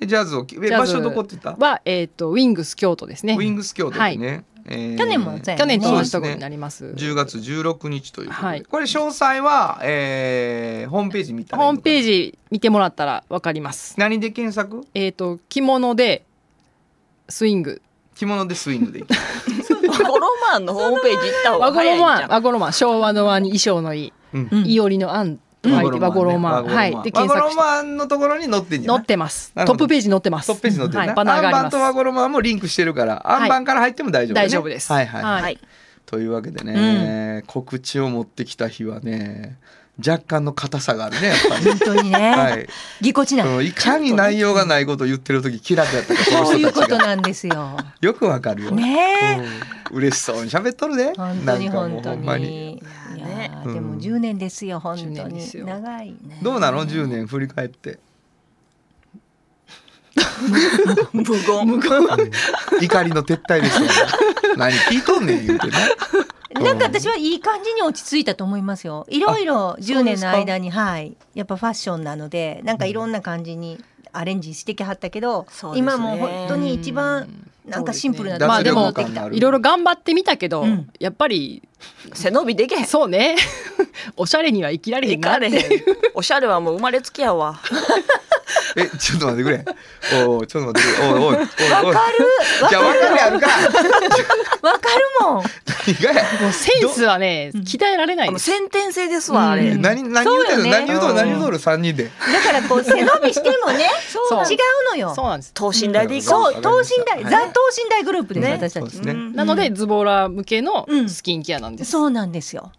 C: ジャズをきえ
E: ジャ
C: 場
E: ズ
C: 所どこって言った
E: はえっ、とウィングス京都ですね
C: ウィングス京都でね、えー
D: 去年もそうやね
E: 去年と
C: そう
E: 同
C: で
E: じ
C: す
E: と
C: ね
E: こになります
C: 10月16日ということで、
E: はい
C: これ詳細は、えー、ホームページ見たら
E: ホームペー
C: ジ
E: ジ見てもらったらわかります
C: 何で検索
E: えっ、と着物でスイング
C: 着物でスイングでいく
F: ワゴロマンのホームページ行った方
E: 和
F: が
E: 語
F: 早
E: ロ
F: いんじ
E: マン
F: ゃ
E: 和語ロマン昭和の和に衣装のい
C: うん
D: うん
E: いおりの案と書いて和語ロマン
C: ね
E: はいで検
C: ワゴ
E: 索
C: ロ
E: して
C: マンのところに載ってんじゃ
E: 載
C: ない
E: ってます
C: なる
E: ト
C: ほ
E: ッ
C: ど
E: プページ載ってます
C: トップページ載ってるね、
E: はいバナーがあり
C: アン
E: ま
C: バン
E: す
C: とワゴロマンもリンクしてるから、アンバンから入っても大丈夫、ね、
E: 大丈夫です
C: はいはい、
E: は
F: ん
E: い
F: はい
C: というわけでね、告知を持ってきた日はね若干の硬さがあるねやっぱり
D: 本当に
C: は
D: ね
C: い、
D: ぎこちない
C: うんいかに内容がないことを言ってる時キラキラやったかこ
D: そういう
C: の
D: こ
C: 人たち
D: と
C: が
D: なんですよ
C: よくわかるよ、
D: ねえ
C: うん嬉しそうに喋っとるで
D: 本当に
C: なんかもう
D: 本
C: ほ
D: 当
C: んまに
D: にいやー
C: うん
D: でも10年ですよ本
E: 10
D: 当
E: 年です
D: に
E: よ
D: 長いね
C: どうなの10年振り返って
F: 無言無言
C: 怒りの撤退ですよ、ね、 何聞いとんねん言うてね
D: なんか私はいい感じに落ち着いたと思いますよ。いろいろ10年の間に、はい、やっぱファッションなので、なんかいろんな感じにアレンジしてきはったけど、
F: そうですね
D: 今もう本当に一番なんかシンプルな
E: そうですね
D: に
E: まあ
D: 戻
E: でも
C: ある
E: いろいろ頑張ってみたけど、
D: うん
E: やっぱり
F: 背伸びで けへん
E: そうね おしゃれには生きられへ
F: 行
E: んな
F: か
E: って
F: れへんおしゃれはもう生まれつきや わ
C: えちょっと待ってくれおうちょっと待ってくれおいおいおいおい
D: わかる
C: じゃあわかるやるか
D: わかるもん。
C: 意外や
E: もうセンスはね鍛えられな
F: あ
E: い
F: もう
E: です
F: 先天性ですわあれ、
E: うん
C: 何何言うて
D: そ
C: る、
D: うよね
C: 何言うと
F: う
C: る
F: ん
C: 何言うとる3人で
D: だからこう背伸びしてもね、
E: うなん
D: 違うのよ。
E: そうなんです
F: 等身大でいこう
D: そう、等身大、
C: はい
D: ザ等身大グループです、
C: ね
D: 私た
C: そうで
D: ち
C: す。ね
F: うん
E: なのでズボラ向けの
D: うん
E: スキンケアなんです、
D: そうなんですよ。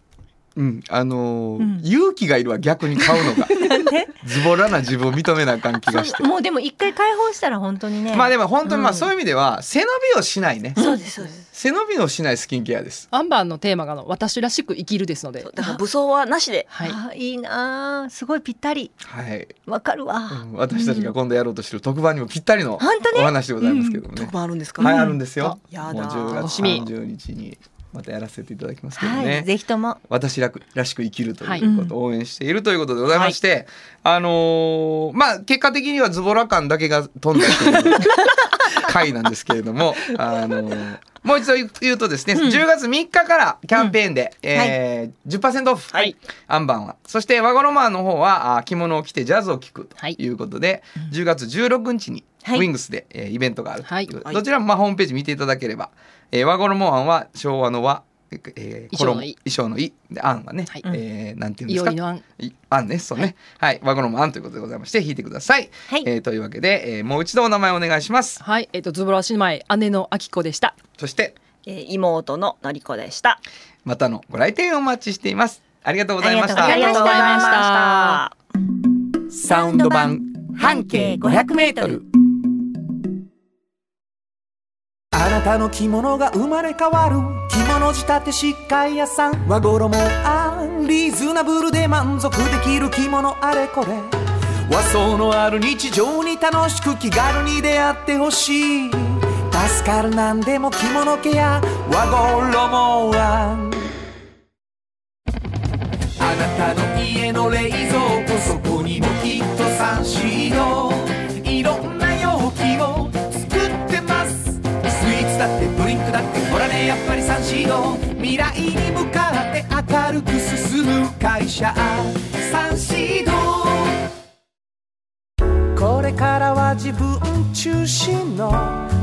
C: うんあの
D: う
C: ー
D: ん
C: 勇気がいるわ逆に買うのが
D: なんで
C: ズボラな自分を認めなあかん気がして
D: もうでも一回解放したら本当にね。
C: まあでも本当にまあ
D: うん
C: そういう意味では背伸びをしないね
F: そうですそうです
C: 背伸びをしないスキンケアです
E: アンバーのテーマがあの私らしく生きるですので
F: だから武装はなしで
E: はい
D: あいいなあすごいぴったり
C: はい、
D: わかるわ、
C: うん私たちが今度やろうとしてる特番にもぴったりの
D: ほんとね
C: お話でございますけどもね
F: 特、番あるんですか、
C: はいあるんですよ
F: やだ
C: もう10
E: 楽
C: 月
E: しみ
C: 30日にまたやらせていただきますけどね、
D: はいぜひとも
C: 私らくらしく生きると
E: はい
C: いうことを応援しているということでございまして、あのーまあ結果的にはズボラ感だけが飛んだという 回なんですけれども、あのーもう一度言う言うとですね、10月3日からキャンペーンで、えー10%オフ、
E: はい
C: アンバンはそしてワゴロマンの方はあー着物を着てジャズを聴くと
E: はい
C: いうことで、10月16日にウ
D: はい
C: ィングスで、えーイベントがあるということで
F: はい
C: どちらもまあホームページ見ていただければ、えー、ワゴロモアンは昭和の和、えー、
E: 衣装の衣
C: 衣装の衣でアンはね、
E: はい
C: えーなんていうんで
E: い
C: す
E: お
C: か
E: りのあん
C: いアンねそうねはい、ワゴロモアンということでございまして弾いてください、
D: はい
C: えーというわけで、えーもう一度お名前お願いします
E: はいえっ、とズボラ姉妹姉のあきこでした
C: そして
F: えー妹ののりこでした
C: またのご来店をお待ちしていますありがとうございました
D: ありがとうございました
C: サ
D: ウンド版半径500メートル
B: あなたの着物が生まれ変わる着物仕立て疾患屋さん和衣もあんリーズナブルで満足できる着物あれこれ和装のある日常に楽しく気軽に出会ってほしい助かるなんでも着物ケア和衣もあんあなたの家の冷蔵庫そこにもきっと車三四堂これからは自分中心の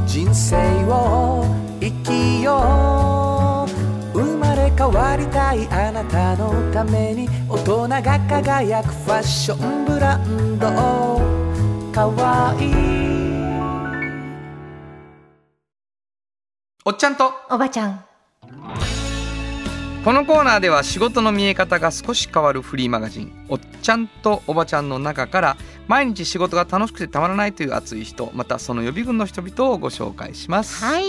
B: 人生を生きよう生まれ変わりたいあなたのために大人が輝くファッションブランドかわいい
C: おっちゃんと
D: おばちゃん
C: このコーナーでは仕事の見え方が少し変わるフリーマガジン「おっちゃんとおばちゃん」の中から毎日仕事が楽しくてたまらないという熱い人またその予備軍の人々をご紹介します、
D: はい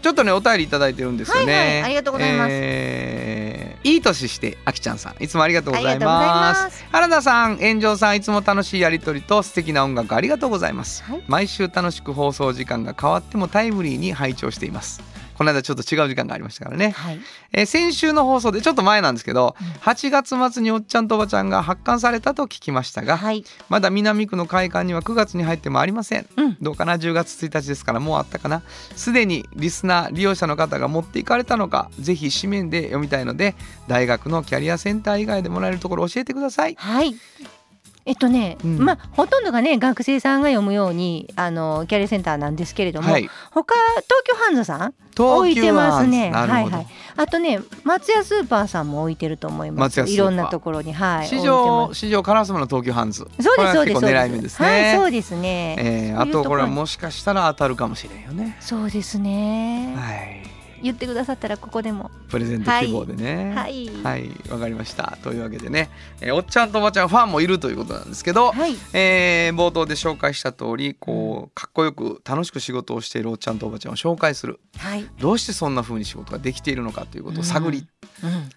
C: ちょっとねお便りいただいてるんですよね、
D: はいはいありがとうございます
C: えーいい年してあきちゃんさんいつもありがとうござい
D: あ
C: ま
D: りがとうございますす
C: 原田さん炎上さんいつも楽しいやりとりと素敵な音楽ありがとうございます、
D: はい
C: 毎週楽しく放送時間が変わってもタイムリーに拝聴していますこの間ちょっと違う時間がありましたからね
D: はい
C: えー先週の放送でちょっと前なんですけど、8月末におっちゃんとおばちゃんが発刊されたと聞きましたが、
D: はい
C: まだ南区の会館には9月に入ってもありません、
D: うん
C: どうかな10月1日ですからもうあったかなすでにリスナー利用者の方が持っていかれたのかぜひ紙面で読みたいので大学のキャリアセンター以外でもらえるところ教えてください
D: はいえっとね、
C: うん
D: まあほとんどがね学生さんが読むようにあのキャリアセンターなんですけれども、
C: はい
D: 他東京ハンズさん置い
C: 東
D: て
C: 急
D: ま
C: ハ
D: す
C: ンズ
D: ね。
C: なる
D: はい
C: ほど、
D: はい。あとね、松屋スーパーさんも置いてると思いま
C: 松
D: す
C: 屋。スーパー
D: いろんなところに、はい。
C: 市
D: 置
C: 場
D: いて
C: 市場カラスマの東急ハンズ
D: ますそうです
C: こ
D: そうですそう
C: れは結構狙い目ですね
D: はい、そうですね。
C: えー
D: そ
C: あ
D: ういうと
C: とこれは
D: に
C: もしかしたら当たるかもしれんよね
D: そうですね、
C: はい
D: 言ってくださったらここでも、
C: プレゼント希望でね
D: はい
C: はいわかりましたというわけでね、えーおっちゃんとおばちゃんファンもいるということなんですけど、
D: はい、
C: えー冒頭で紹介した通りこうかっこよく楽しく仕事をしているおっちゃんとおばちゃんを紹介する
D: はい、うん、
C: どうしてそんな風に仕事ができているのかということを探り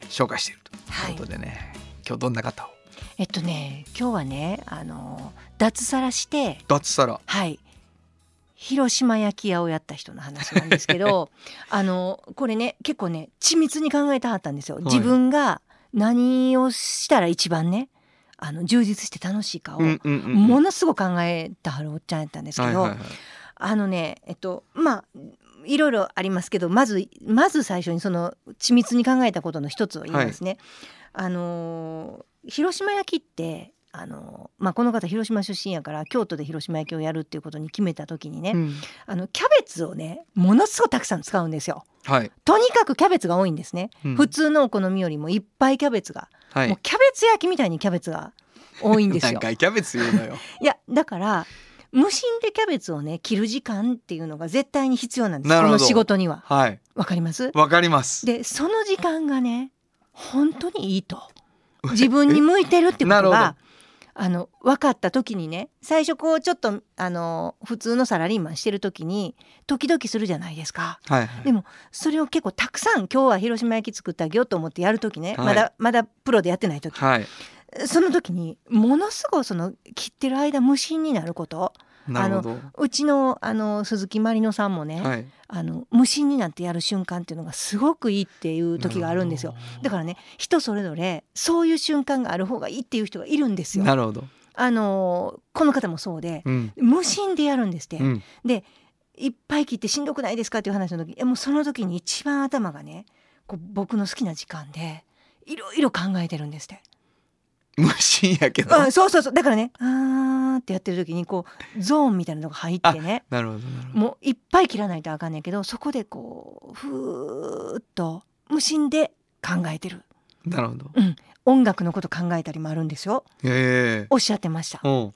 C: 紹介していると
D: はい
C: いうことでね、今日どんな方を
D: えっとね、今日はね、あの脱サラして、
C: 脱サラ
D: はい。広島焼き屋をやった人の話なんですけ どあのこれね結構ね緻密に考えたはったんですよ、
C: い
D: 自分が何をしたら一番ねあの充実して楽しいかを、
C: うんうんうんうん
D: ものすごく考えたはるおっちゃんやったんですけど、
C: はいはいはい
D: あのねえっとまあいろいろありますけどまずまず最初にその緻密に考えたことの一つを言いますね。あのー広島焼きってあのーまあ、この方広島出身やから京都で広島焼きをやるっていうことに決めた時にね、
C: うん
D: あのキャベツをねものすごくたくさん使うんですよ。
C: はい
D: とにかくキャベツが多いんですね、
C: うん
D: 普通のお好みよりもいっぱいキャベツが、
C: はい
D: もうキャベツ焼きみたいにキャベツが多いんですよ
C: 何。回キャベツ言うのよ
D: いやだから無心でキャベツをね切る時間っていうのが絶対に必要なんです
C: な
D: こ
C: るほど
D: の仕事には
C: はい
D: わかります
C: わかります
D: でその時間がね本当にいい と自分に向いてるってこ
C: なる
D: と
C: ほど
D: があの分かった時にね最初こうちょっとあの普通のサラリーマンしてる時に時々するじゃないですか。
C: はいはい
D: でもそれを結構たくさん今日は広島焼き作ってあげようと思ってやる時ね、
C: はい
D: まだまだプロでやってない時
C: はい
D: その時にものすごいその切ってる間無心になること
C: なるほど
D: うちのあの鈴木まりのさんもね、
C: はい
D: あの無心になってやる瞬間っていうのがすごくいいっていう時があるんですよだからね人それぞれそういう瞬間がある方がいいっていう人がいるんですよ
C: なるほど
D: あのこの方もそうで
C: うん
D: 無心でやるんですって、
C: うん
D: でいっぱい切ってしんどくないですかっていう話の時いやもうその時に一番頭がねこう僕の好きな時間でいろいろ考えてるんですって
C: 無心やけど
D: うん、そうそうそうだからねあーってやってる時にこうゾーンみたいなのが入ってね
C: なるほどなるほど
D: もういっぱい切らないとあかんねんけどそこでこうふーっと無心で考えてる
C: なるほど
D: 音楽のこと考えたりもあるんですよ
C: ええ
D: おっしゃってましただ
C: うん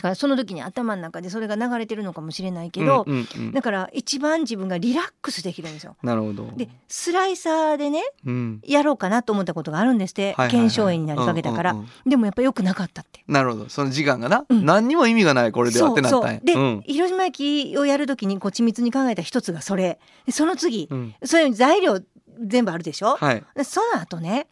D: からその時に頭の中でそれが流れてるのかもしれないけど、
C: うんうんうん
D: だから一番自分がリラックスできるんですよ
C: なるほど
D: でスライサーでね
C: うん
D: やろうかなと思ったことがあるんですって、
C: はいはいはい
D: 腱鞘炎になりかけたから、
C: うんうんうん
D: でもやっぱ良くなかったって
C: なるほどその時間がな、
D: うん
C: 何にも意味がないこれでは
D: そ
C: って
D: う
C: なっ
D: そ
C: た
D: うん
C: や
D: で、
C: うん
D: 広島焼きをやるときにこう緻密に考えた一つがそれでその次、
C: うん
D: それ材料全部あるでしょ、
C: はい
D: でその後ね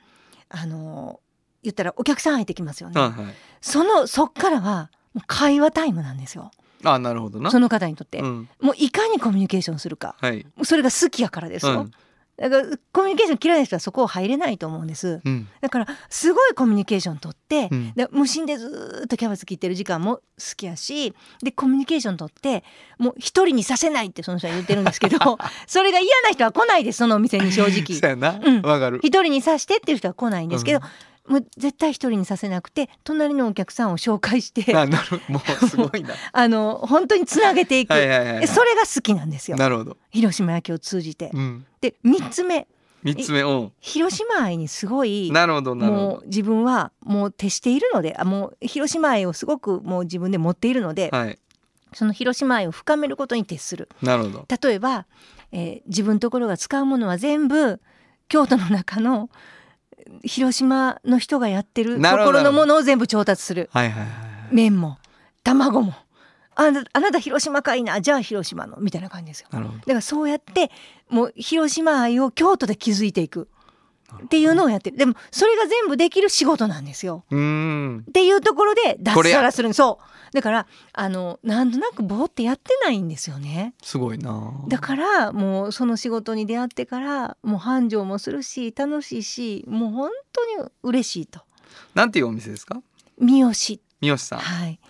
D: あのー言ったらお客さん入ってきますよね、
C: はいはい
D: そのそっからはもう会話タイムなんですよ
C: あなるほどな
D: その方にとって、
C: うん
D: もういかにコミュニケーションするか
C: はい
D: もうそれが好きやからです
C: う
D: よ、
C: ん
D: だからコミュニケーション嫌いな人はそこを入れないと思うんです
C: うん
D: だからすごいコミュニケーション取って、
C: うん
D: で無心でずーっとキャベツ切ってる時間も好きやしでコミュニケーション取ってもう一人にさせないってその人は言ってるんですけど それが嫌な人は来ないですそのお店に正
C: そ
D: 直
C: うやなわ、
D: うん
C: かる
D: 一人にさしてっていう人は来ないんですけど、もう絶対一人にさせなくて隣のお客さんを紹介して
C: ななるもうすご いな
D: あの本当につなげていく
C: はいはいはいはい
D: えそれが好きなんですよ
C: なるほど、
D: 広島焼きを通じて。
C: うん、
D: で3つ目
C: 三つ目うん
D: 広島愛にすごい
C: なるほどなるほ
D: もう自分はもう徹しているのであもう広島愛をすごくもう自分で持っているので、
C: どはい
D: その広島愛を深めることに徹する
C: なるほど
D: 例えば、えー自分のところが使うものは全部京都の中の広島の人がやってる
C: な
D: と
C: る
D: こ
C: ほど
D: ろのものを全部調達する
C: はいはいはい
D: 麺も卵もあなたあなた広島かいなじゃあ広島のみたいな感じですよ
C: なるほど
D: だからそうやってもう広島愛を京都で築いていくっていうのをやってるでもそれが全部できる仕事なんですよ。
C: うーん
D: っていうところで脱
C: これや
D: サラするんそうだからあのなんとなくぼーってやってないんですよね
C: すごいな
D: だからもうその仕事に出会ってからもう繁盛もするし楽しいしもう本当に嬉しいと
C: なんていうお店ですか
D: 三好
C: 三好さん
D: はい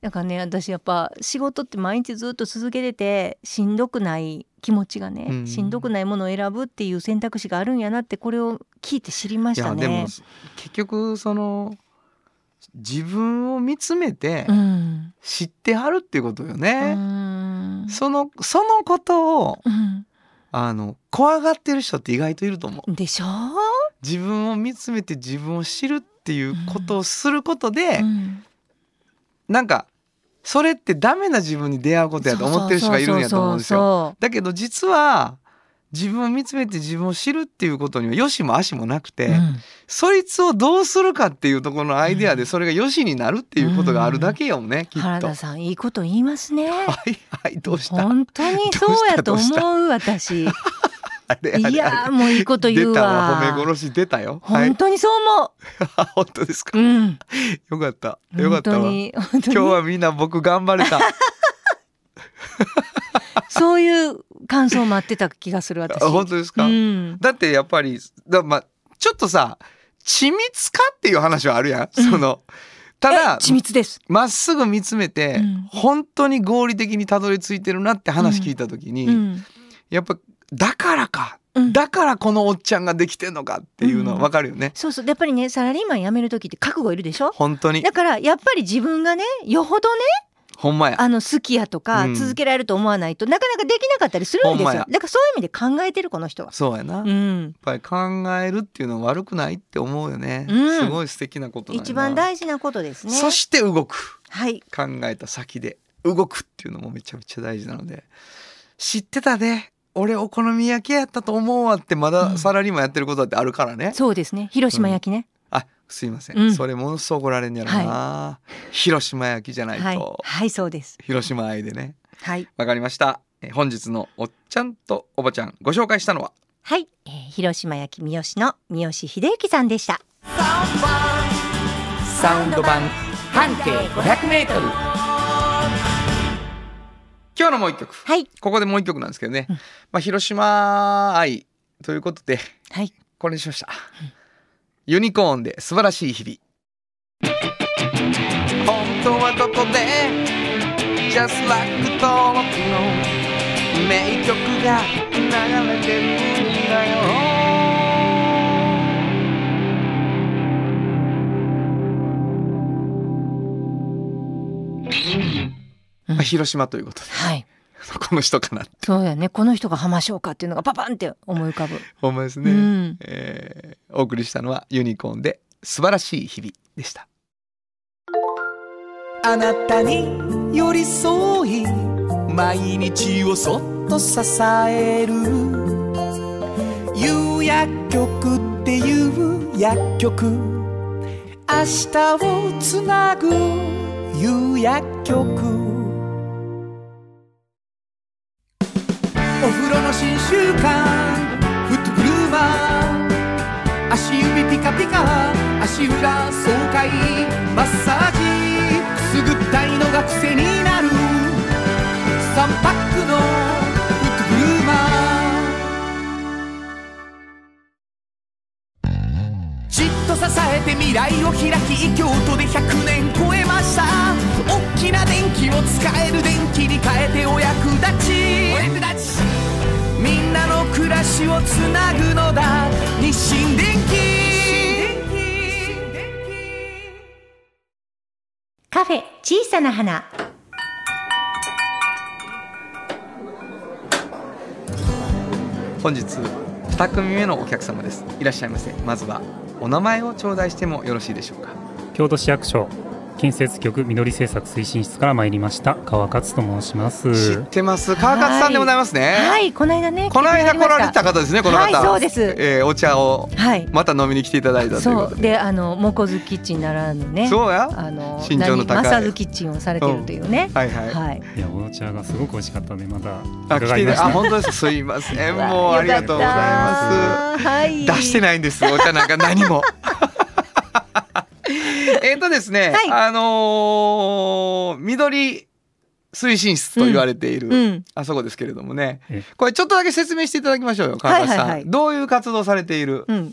D: だからね私やっぱ仕事って毎日ずっと続けててしんどくない気持ちがね、
C: うん
D: しんどくないものを選ぶっていう選択肢があるんやなってこれを聞いて知りま
C: い
D: した
C: や
D: ね。
C: でも結局その自分を見つめて
D: うん
C: 知ってはるっていうことよ
D: う
C: ね、
D: ん
C: そのそのことを
D: うん
C: あの怖がってる人って意外といると思う
D: でしょ
C: 自分を見つめて自分を知るっていうことをすることで、
D: うん
C: なんかそれってダメな自分に出会うことやと思ってる人がいるんやと思うんですよ
D: よ。
C: だけど実は自分を見つめて自分を知るっていうことには良しも悪しもなくて、そいつをどうするかっていうところのアイデアでそれが良しになるっていうことがあるだけよね、きっと。
D: 原田さんいいこと言います ね。
C: はいはいどうした
D: 本当にそうやと
C: どうした
D: 思う私。い
C: あれあれあれ
D: やーもういいこと言
C: 出
D: う
C: た
D: わ
C: わ。褒め殺し出たよ。はい
D: 本、当にそう思
C: あ本当ですか
D: う。。うん。
C: よかったよか
D: 本
C: った
D: 当
C: わ。
D: に本当に
C: 今日はみんな僕頑張れた。
D: そういう感想を待ってた気がする 私。
C: あ本当ですか。
D: うん。
C: だってやっぱりだまあちょっとさ緻密かっていう話はあるやん。そのた
D: え
C: だ
D: 緻密です。
C: まっすぐ見つめて、
D: うん
C: 本当に合理的にたどり着いてるなって話聞いた時に、
D: うん。
C: やっぱだからか、
D: うん
C: だからこのおっちゃんができてんのかっていうのはわかるよね、
D: そうそう。やっぱりねサラリーマン辞める時って覚悟いるでしょ。
C: 本当に
D: だからやっぱり自分がねよほどね
C: ほ んまや
D: あの好きやとか
C: うん
D: 続けられると思わないとなかなかできなかったりするんです
C: ほ
D: よ。
C: んま
D: だ
C: や
D: からそういう意味で考えてるこの人は。
C: そうやな、
D: う
C: やっ
D: ん。
C: ぱり考えるっていうのは悪くないって思うよね、
D: うん
C: すごい素敵なことだよな
D: 一番大事なことですね。
C: そして動く
D: はい。
C: 考えた先で動くっていうのもめちゃめちゃ大事なので知ってたで俺お好み焼き屋やったと思うわってまだサラリーマンやってることだってあるからね、
D: そうですね。広島焼きね。
C: あすいません、
D: うん
C: それものすごい怒られんやろな、広島焼きじゃないと、
D: はい。はい、そうです。
C: 広島愛でね
D: はい。
C: わかりましたえー本日のおっちゃんとおばちゃんご紹介したのは
D: はい、えー広島焼き三好の三好秀幸さんでした。
B: サウンド版半径 500m
C: 今日のもう一曲
D: はい。
C: ここでもう一曲なんですけどね、
D: うん
C: まあ広島愛ということで
D: はい。
C: これにしました、ユニコーンで素晴らしい日々本当はどこで Just like 登録の名曲が流れてるんだよ
D: うん
C: まあ広島ということで
D: はい。
C: この人かな
D: そうやね。この人が浜うかっていうのがパパンって思い浮かぶ。
C: ほんまですね、
D: うん。
C: えーお送りしたのはユニコーンで素晴らしい日々でした
B: あなたに寄り添い毎日をそっと支える有薬局っていう薬局明日をつなぐ有薬局お風呂の新習慣フットグルーマー足指ピカピカ足裏爽快マッサージくすぐったいのが癖になる3パックのフットグルーマーじっと支えて未来を開き京都で100年超えました大きな電気を使える電気に変えてお役立ちお役立ちみんなの暮らしをつなぐのだ日清電機
D: フェ小さな花
C: 本日2組目のお客様ですいらっしゃいませまずはお名前を頂戴してもよろしいでしょうか
G: 京都市役所建設局緑政策推進室から参りました川勝と申しま
C: 知っ
G: す
C: てます川勝さんでございますね、
D: はいこの間ね
C: この間来られた
D: か
C: 方ですねこの方、
D: はいそうです
C: えーお茶を
D: はい
C: また飲みに来ていただいたという
D: そ
C: こと
D: う
C: で
D: であのモコズキッチンならぬね
C: そうや
D: あの
C: 身長の高い
D: 何マサズキッチンをされてるというね、
C: はいはい、
D: はい
G: いやお茶がすごく美味しかったんでまた
C: あ来
G: 伺
C: て
G: い
C: いただ
G: まし
C: あ
G: た
C: 本当ですすいま せんもうありがとうございます
D: すはい
C: 出して
D: い
C: ないんですお茶なんか何 もえっとですね、
D: はい
C: あのー緑推進室と言われている、
D: うん
C: あそこですけれどもね
G: え
C: これちょっとだけ説明していただきましょうよ川勝さん、
D: はいはいはい
C: どういう活動されている、
D: うん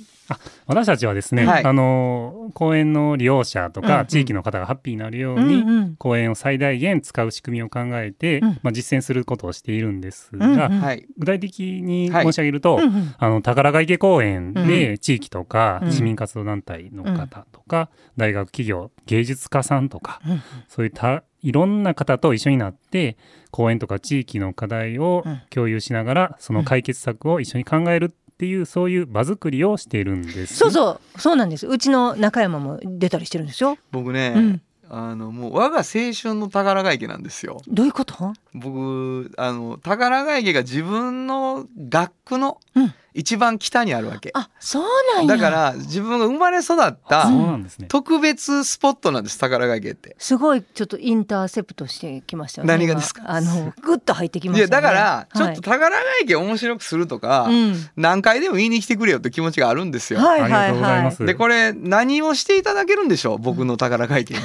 G: 私たちはですね、
C: はい
G: あの公園の利用者と
C: うんう
G: か
C: ん
G: 地域の方がハッピーになるよう
D: うん
G: に、
D: うん
G: 公園を最大限使う仕組みを考えて、
D: うん
G: まあ、実践することをしているんですが、
D: うんうん
C: はい
G: 具体的に
C: はい
G: 申し上げると、
D: うんうん
G: あの宝ヶ池公園
D: う
G: で地域とか
D: うん
G: 市民活動団体の方とか、大学企業芸術家さんとか、
D: うん
G: そういうたいろんな方と一緒になって公園とか地域の課題を
D: うん
G: 共有しながらその解決策を一緒に考えるっていうそういう場作りをしているんです。
D: そうそうそうなんですうちの中山も出たりしてるんですよ、
C: 僕ね、
D: うん
C: あのもう我が青春の宝ヶ池なんですよ
D: どういうこと
C: 僕あの宝ヶ池が自分の学区の
D: うん
C: 一番北にあるわけ、
D: あそうなんや
C: だから自分が生まれ育った
G: そうなんですね。
C: 特別スポットなんです宝ヶ池って。
D: すごいちょっとインターセプトしてきましたよね
C: 何が
D: 今
C: ですか
D: あのグッと入ってきま
C: い
D: した
C: や
D: よね
C: だからちょ
D: は
C: っ
D: い
C: と宝ヶ池面白くするとか、
D: うん
C: 何回でも言いに来てくれよって気持ちがあるんですよ。
D: はい
G: あり
D: は
G: が
D: い
G: とうござい
D: は
G: ま
D: い
G: す。
C: でこれ何をしていただけるんでしょう僕の宝ヶ池に。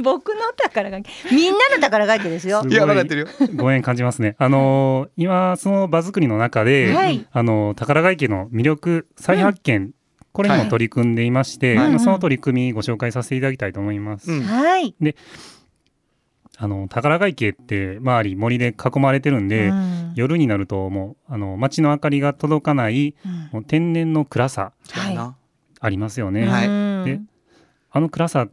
D: 僕の宝がみんなの宝が池ですよ
G: すご
C: いや分かってるよ。
G: ご縁感 じますね。あのー今その場作りの中で、
D: はい
G: あのー宝ヶ池の魅力再発見、これにも取り組んでいまして、
C: はい
G: まあ
D: うん
G: その取り組みご紹介させていただきたいと思います。
C: うん
D: はい、
G: あの宝ヶ池って周り森で囲まれてるんで、
D: うん
G: 夜になるともうあの街の明かりが届かない
D: うん
G: もう天然の暗さ
D: はい
C: な
G: ありますよ
D: う
G: ね。
D: ん
C: はい
G: であの暗さ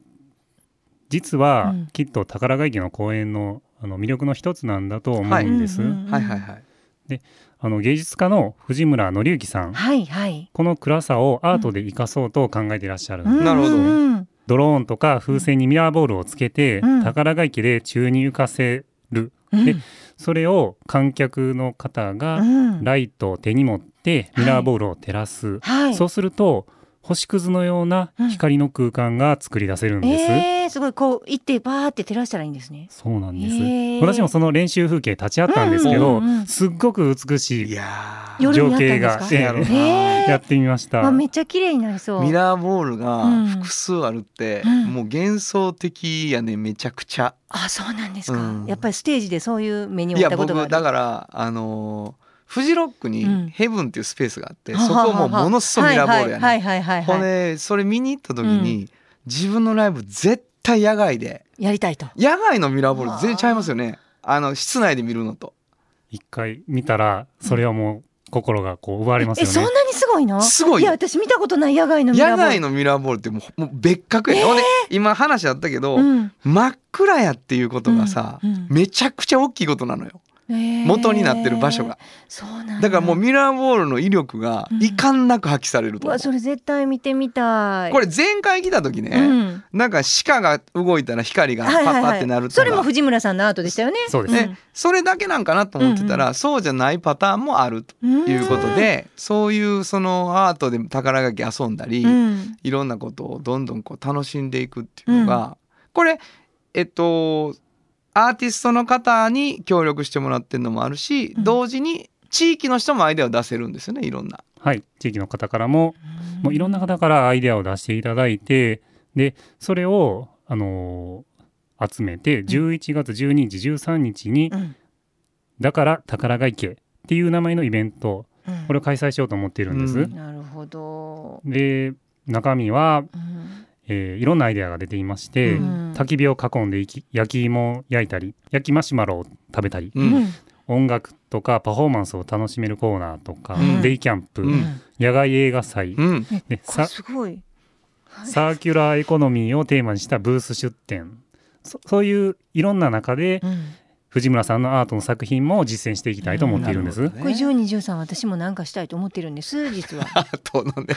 G: 実は
D: うん
G: きっと宝ヶ池の公園のあの魅力の一つなんだと思うんです。
D: うんうんうん
C: はいはいはい。
G: あの芸術家の藤村紀之さん
D: はいはい。
G: この暗さをアートで生かそうと考えていらっしゃる、
D: うん
C: なるほど
D: うん
G: ドローンとか風船にミラーボールをつけて、
D: うん
G: 宝ヶ池で宙に浮かせる
D: うん
G: でそれを観客の方
D: う
G: が
D: ん
G: ライトを手に持ってミラーボールを照らす、
D: はい。
G: そうすると星屑のような光の空間が作り出せるんです、
D: ええすごいこう行ってバーって照らしたらいいんですね。
G: そうなんです、
D: へー
G: 私もその練習風景立ち会ったんですけど、
D: うんうんうん
G: すっごく美し
C: い
G: い
C: やー
D: 夜にやっ
G: 情
D: たん
G: 景
D: です
G: が
D: か。
C: せやろ
G: え
C: な
G: え
D: へー
G: やってみました
D: わめっちゃ綺麗になりそう。
C: ミラーボールが複数あるって、
D: うん
C: もう幻想的やねめちゃくちゃ。
D: あそうなんですか、
C: うん
D: やっぱりステージでそういう目に
C: い
D: 遭っ
C: や
D: たこ
C: 僕
D: とがある。
C: だからあのーフジロック
D: うん
C: にヘブンっていうスペースがあって、そこはもうものすごいミラーボールやね、
D: はいはいはいはい、はい
C: ほんでそれ見に行った時に、自分のライブ絶対野外で
D: やりたいと。
C: 野外のミラーボール全然ちゃいますよねあの室内で見るのと
G: 一回見たらそれはもう心がこう奪われます
D: えそ
G: よ
D: ん
G: ね。
D: なにすごいの？
C: すごい
D: いや
C: よ
D: 私見たことない野外のミラー
C: 野
D: ボール。
C: 外のミラーボールってもうもう別格やね、ほんで今話あったけど、
D: うん
C: 真っ暗やっていうことがさ、
D: うん
C: めちゃくちゃ大きいことなのよ
D: へー
C: 元になってる場所が、
D: そうなんだ
C: だからもうミラーボールの威力が遺憾なく発揮される
D: う
C: と思う
D: わそれ絶対見てみたい。
C: これ前回来た時ね、
D: うん
C: なんか鹿が動いたら光がパッパってなるとか、
D: それも藤村さんのアートでしたよね。
G: そうです、
C: ね、それだけなんかなと思ってたら、
D: う
C: そうじゃないパターンもあると
D: うん
C: いうことで、そういうそのアートで宝書き遊んだり、
D: うん
C: いろんなことをどんどんこう楽しんでいくっていうのが、これえっとアーティストの方に協力してもらってるのもあるし、
D: うん
C: 同時に地域の人もアイデアを出せるんですよねいろんな。
G: はい、地域の方からも、もういろんな方からアイデアを出していただいて、で、それを、あのー集めて、11月12日、13日に、
D: うん
G: だから宝ヶ池っていう名前のイベント、
D: うん
G: これを開催しようと思っているんです。
C: うん
D: なるほど。
G: で、中身は、
D: うん
G: えーいろんなアイデアが出ていまして、
D: うん
G: 焚き火を囲んでいき焼き芋を焼いたり、焼きマシュマロを食べたり、
C: うん
G: 音楽とかパフォーマンスを楽しめるコーナーとか、
C: うん
G: デイキャンプ、
C: うん
G: 野外映画祭、
C: うん
G: で
D: これ
G: サ
D: すごい。
G: サーキュラーエコノミーをテーマにしたブース出展そそういういろんな中で
D: うん
G: 藤村さんのアートの作品も実践していきたいと思っているんです。
D: これ十二十三私もなんかしたいと思ってるん です実は
C: あとのね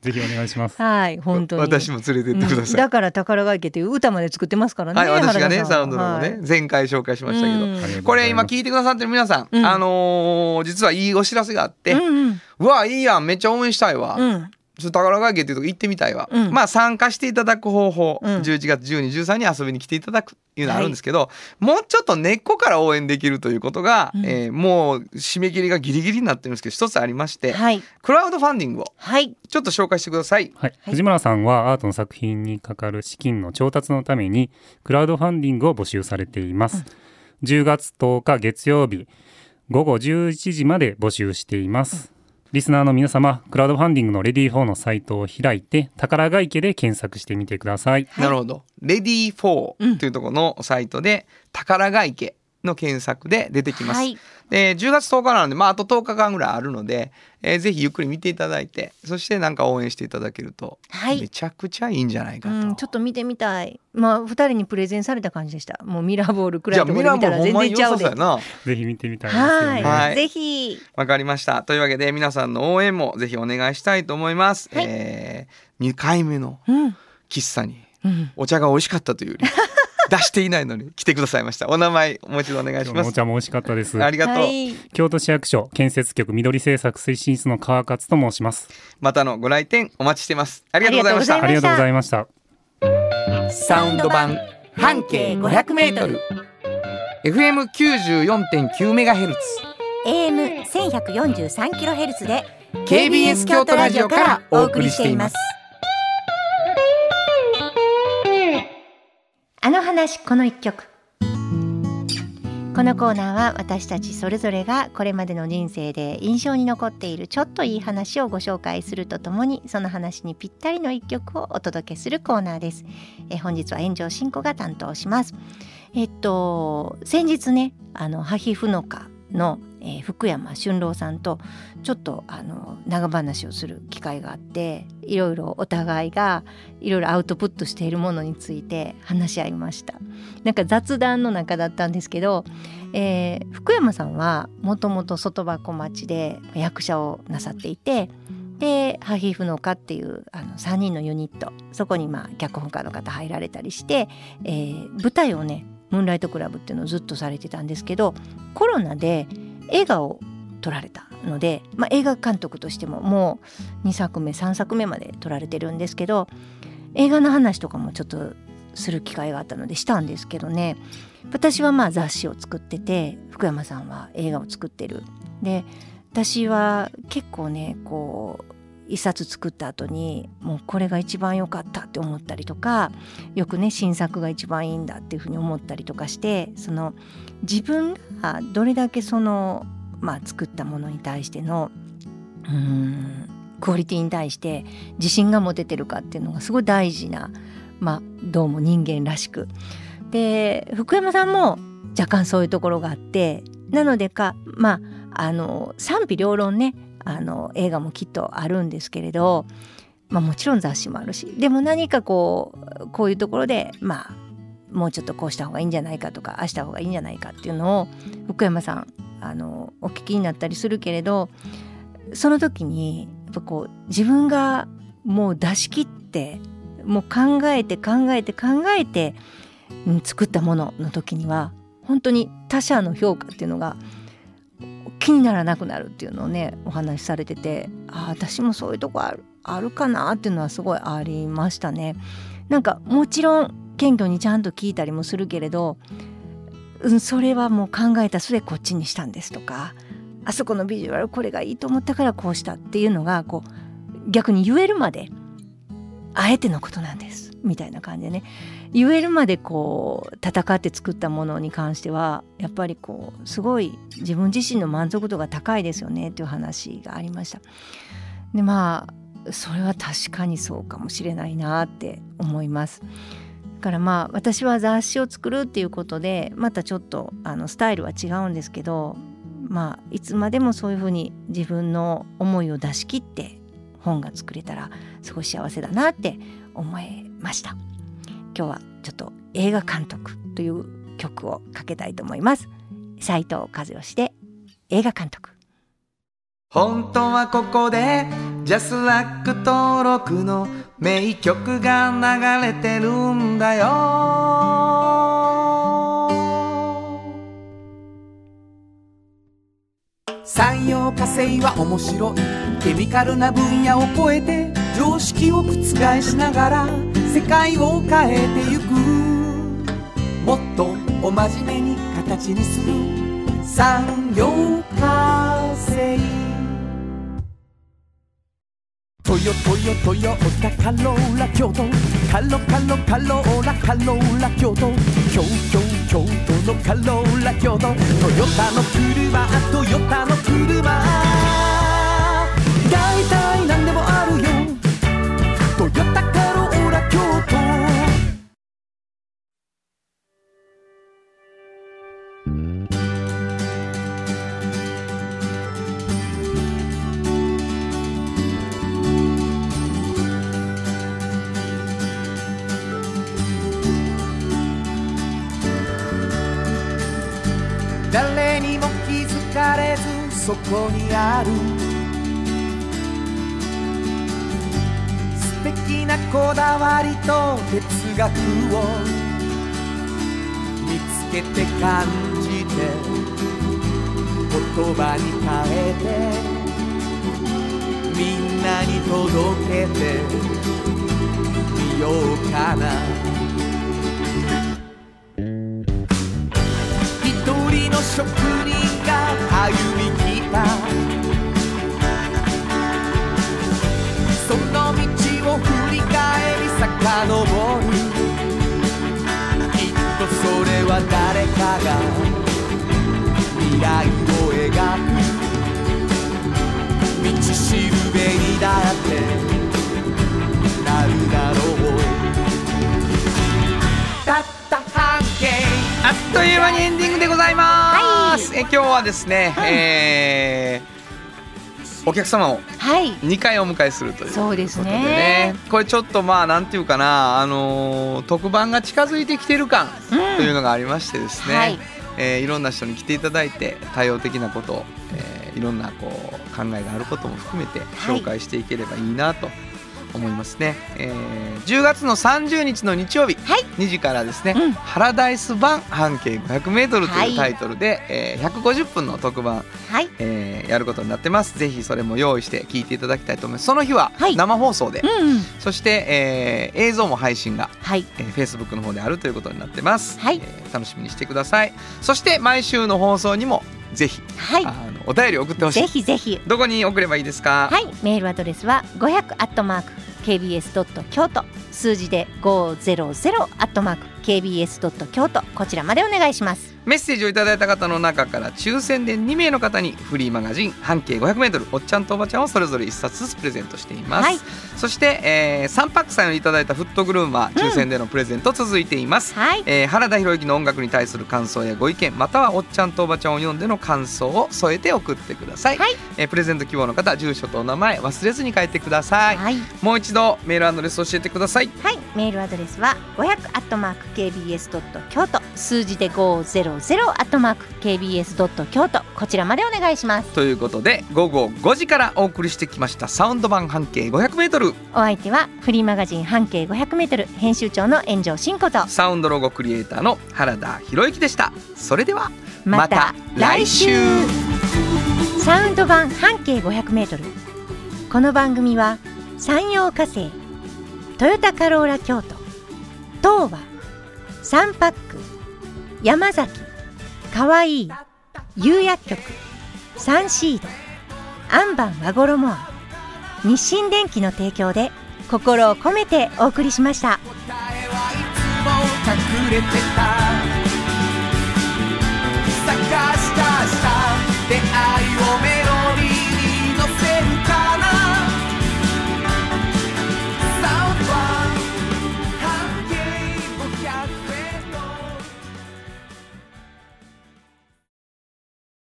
G: ぜひお願いします。
D: はい本当に
C: 私
D: も
C: も連れてってください、
D: だから宝ヶ池という歌まで作ってますからね、
C: はい私がね
D: 原田さ
C: サ
D: ん
C: ウンドのもね、
D: はい
C: 前回紹介しましたけど、
D: うん
C: これ今聞いてくださってる皆さん、
D: うん
C: あのー実はいいお知らせがあって、う
D: うんうん
C: わいいやんめっちゃ応援したいわ、
D: うん
C: ちょっと宝ヶ池っていうとこ行ってみたいわ、
D: うん
C: まあ参加していただく方法、
D: うん
C: 11月1213に遊びに来ていただくいうのあるんですけど、もうちょっと根っこから応援できるということが、
D: うん
C: えーもう締め切りがギリギリになってるんですけど一つありまして、
D: はい
C: クラウドファンディングを
D: はい
C: ちょっと紹介してください。
G: はい、藤村さんはアートの作品にかかる資金の調達のためにクラウドファンディングを募集されています、10月10日月曜日午後11時まで募集しています、リスナーの皆様クラウドファンディングのレディー4のサイトを開いて宝ヶ池で検索してみてください
C: なるほど。レディー4というところのサイトで、宝ヶ池の検索で出てきます。
D: はい
C: で、10月10日なので、まあ、あと10日間ぐらいあるので、えーぜひゆっくり見ていただいて、そしてなんか応援していただけると、
D: はい
C: めちゃくちゃいいんじゃないか
D: う
C: と。
D: ん、ちょっと見てみたい。まあ二人にプレゼンされた感じでした。もうミラーボールくら
C: じ
D: い
C: ゃあ、
D: のとこ
C: ミ
D: ろ
C: ラ
D: 見た
C: ー
D: ら
C: もほん
D: 全
C: ま
D: 然
C: に
D: ち
C: 良
D: ゃう
C: さ
D: で。
C: そうやな。
G: ぜひ見てみたいですよ
D: は
G: ね
D: い、
C: はい
D: ぜひ
C: わかりました。というわけで、皆さんの応援もぜひお願いしたいと思います。
D: はい
C: え2回目の
D: うん
C: 喫茶に、
D: うん
C: お茶が美味しかったという より出していないのに来てくださいました。お名前、もう一度お願いし
G: 今
C: ま
G: 日のお
C: す。
G: 茶も美味しかったです
C: ありがとう。
D: はい、
G: 京都市役所建設局緑政策推進室の川勝と申します
C: またのご来店お待ちしてます。ありがとうございました。
G: ありがとうございました
C: サウンド版半径500メートル FM 94.9メガヘルツ
H: AM 1143キロヘルツで
C: KBS 京都ラジオからお送りしています。
D: あの話この一曲このコーナーは私たちそれぞれがこれまでの人生で印象に残っているちょっといい話をご紹介するとともにその話にぴったりの一曲をお届けするコーナーです。えー本日は炎上進行が担当します。えっと先日ねあのハヒフノカの、えー福山俊郎さんとちょっとあの長話をする機会があっていろいろお互いがいろいろアウトプットしているものについて話し合いました。なんか雑談の中だったんですけど、えー福山さんはもともと外箱町で役者をなさっていてで「ハヒフノカ」っていうあの3人のユニットそこにまあ脚本家の方入られたりして、えー舞台をね「ムーンライトクラブ」っていうのをずっとされてたんですけどコロナで映画を撮られたので、まあ、映画監督としてももう2作目3作目まで撮られてるんですけど映画の話とかもちょっとする機会があったのでしたんですけどね私はまあ雑誌を作ってて福山さんは映画を作ってるで私は結構ねこう一冊作った後にもうこれが一番良かったって思ったりとかよくね新作が一番いいんだっていうふうに思ったりとかしてその自分がどれだけその、まあ、作ったものに対してのうーんクオリティに対して自信が持ててるかっていうのがすごい大事な、まあ、どうも人間らしく。で福山さんも若干そういうところがあってなのでかまああの賛否両論ねあの映画もきっとあるんですけれど、まあ、もちろん雑誌もあるしでも何かこうこういうところでまあもうちょっとこうした方がいいんじゃないかとかああした方がいいんじゃないかっていうのを福山さんあのお聞きになったりするけれどその時にやっぱこう自分がもう出し切ってもう考えて考えて考えて、うん作ったものの時には本当に他者の評価っていうのが気にならなくなるっていうのをねお話しされててあ私もそういうとこあるあるかなっていうのはすごいありましたね。なんかもちろん謙虚にちゃんと聞いたりもするけれど、うん、それはもう考えた末こっちにしたんですとかあそこのビジュアルこれがいいと思ったからこうしたっていうのがこう逆に言えるまであえてのことなんですみたいな感じでね言えるまでこう戦って作ったものに関してはやっぱりこうすごい自分自身の満足度が高いですよねっていう話がありました。でまあそれは確かにそうかもしれないなって思います。だからまあ私は雑誌を作るっていうことでまたちょっとあのスタイルは違うんですけどまあいつまでもそういうふうに自分の思いを出し切って本が作れたらすごい幸せだなって思いました。今日はちょっと映画監督という曲をかけたいと思います斉藤和義で映画監督
C: 本当はここでジャスラック登録の名曲が流れてるんだよ
B: 産業化成は面白いケミカルな分野を超えて常識を覆しながら世界を変えてゆくもっとお真面目に形にする産業化成トヨトヨトヨタカローラ京都カロカロカローラカローラ京都京京京都のカローラ京都トヨタの車トヨタの車大体何でもあるよトヨタカローラ京都誰にも気づかれずそこにある素敵なこだわりと哲学を見つけて感じて言葉に変えてみんなに届けてみようかな一人の職人が歩み来たその道を振り返り遡るきっとそれは誰かが未来を描く道しるべにだってなるだろうたった半径
C: あっという間にエンディングでございます、え今日はですね、えーお客様を
D: はい
C: 2回お迎えするという
D: そうです
C: ということでね
D: ね
C: これちょっとまあなんていうかな、あのー特番が近づいてきてる感というのがありましてですね、
D: はい
C: えーいろんな人に来ていただいて多様的なことを、えーいろんなこう考えがあることも含めて
D: い
C: 紹介していければいいなと思いますね、えー10月の30日の日曜日、2時からですね「パラダイス版半径 500m」と
D: はい
C: いうタイトルで、えー150分の特番
D: はい
C: えーやることになってますぜひそれも用意して聞いていただきたいと思いますその日は
D: はい
C: 生放送で、
D: うんうん
C: そして、えー映像も配信が、
D: はい
C: えー、Facebook の方であるということになってます、
D: はい
C: えー楽しみにしてくださいそして毎週の放送にもぜひ、
D: はい
C: あのお便り送ってほし
D: ぜ
C: い
D: ひぜひ
C: どこに送ればいいですか、
D: はい、メールアドレスは500アットマーク kbs ドット京都数字で500アットマーク kbs ドット京都こちらまでお願いします。
C: メッセージをいただいた方の中から抽選で2名の方にフリーマガジン半径 500m おっちゃんとおばちゃんをそれぞれ1冊ずつプレゼントしています、
D: はい
C: そして、えー、3パックさんをいただいたフットグルームは抽選でのプレゼント続いています、
D: はい、
C: えー原田博之の音楽に対する感想やご意見またはおっちゃんとおばちゃんを読んでの感想を添えて送ってください、
D: はい
C: えープレゼント希望の方住所とお名前忘れずに書いてください、
D: はい、
C: もう一度メールアドレス教えてください
D: はい、メールアドレスは500アットマーク kbs ドット京都数字で500アットマーク kbs ドット京都こちらまでお願いします。
C: ということで午後5時からお送りしてきましたサウンド版半径 500m
D: お相手はフリーマガジン半径500メートル編集長の円城信子と
C: サウンドロゴクリエイターの原田博之でしたそれでは
D: また
C: また来週
D: サウンド版半径500メートル。この番組は山陽火星、トヨタカローラ京都、東和、サンパック、山崎、かわいい、釉薬局、サンシード、アンバン和衣ア、日清電機の提供で心を込めてお送りしました。
B: 答えはいつも隠れてた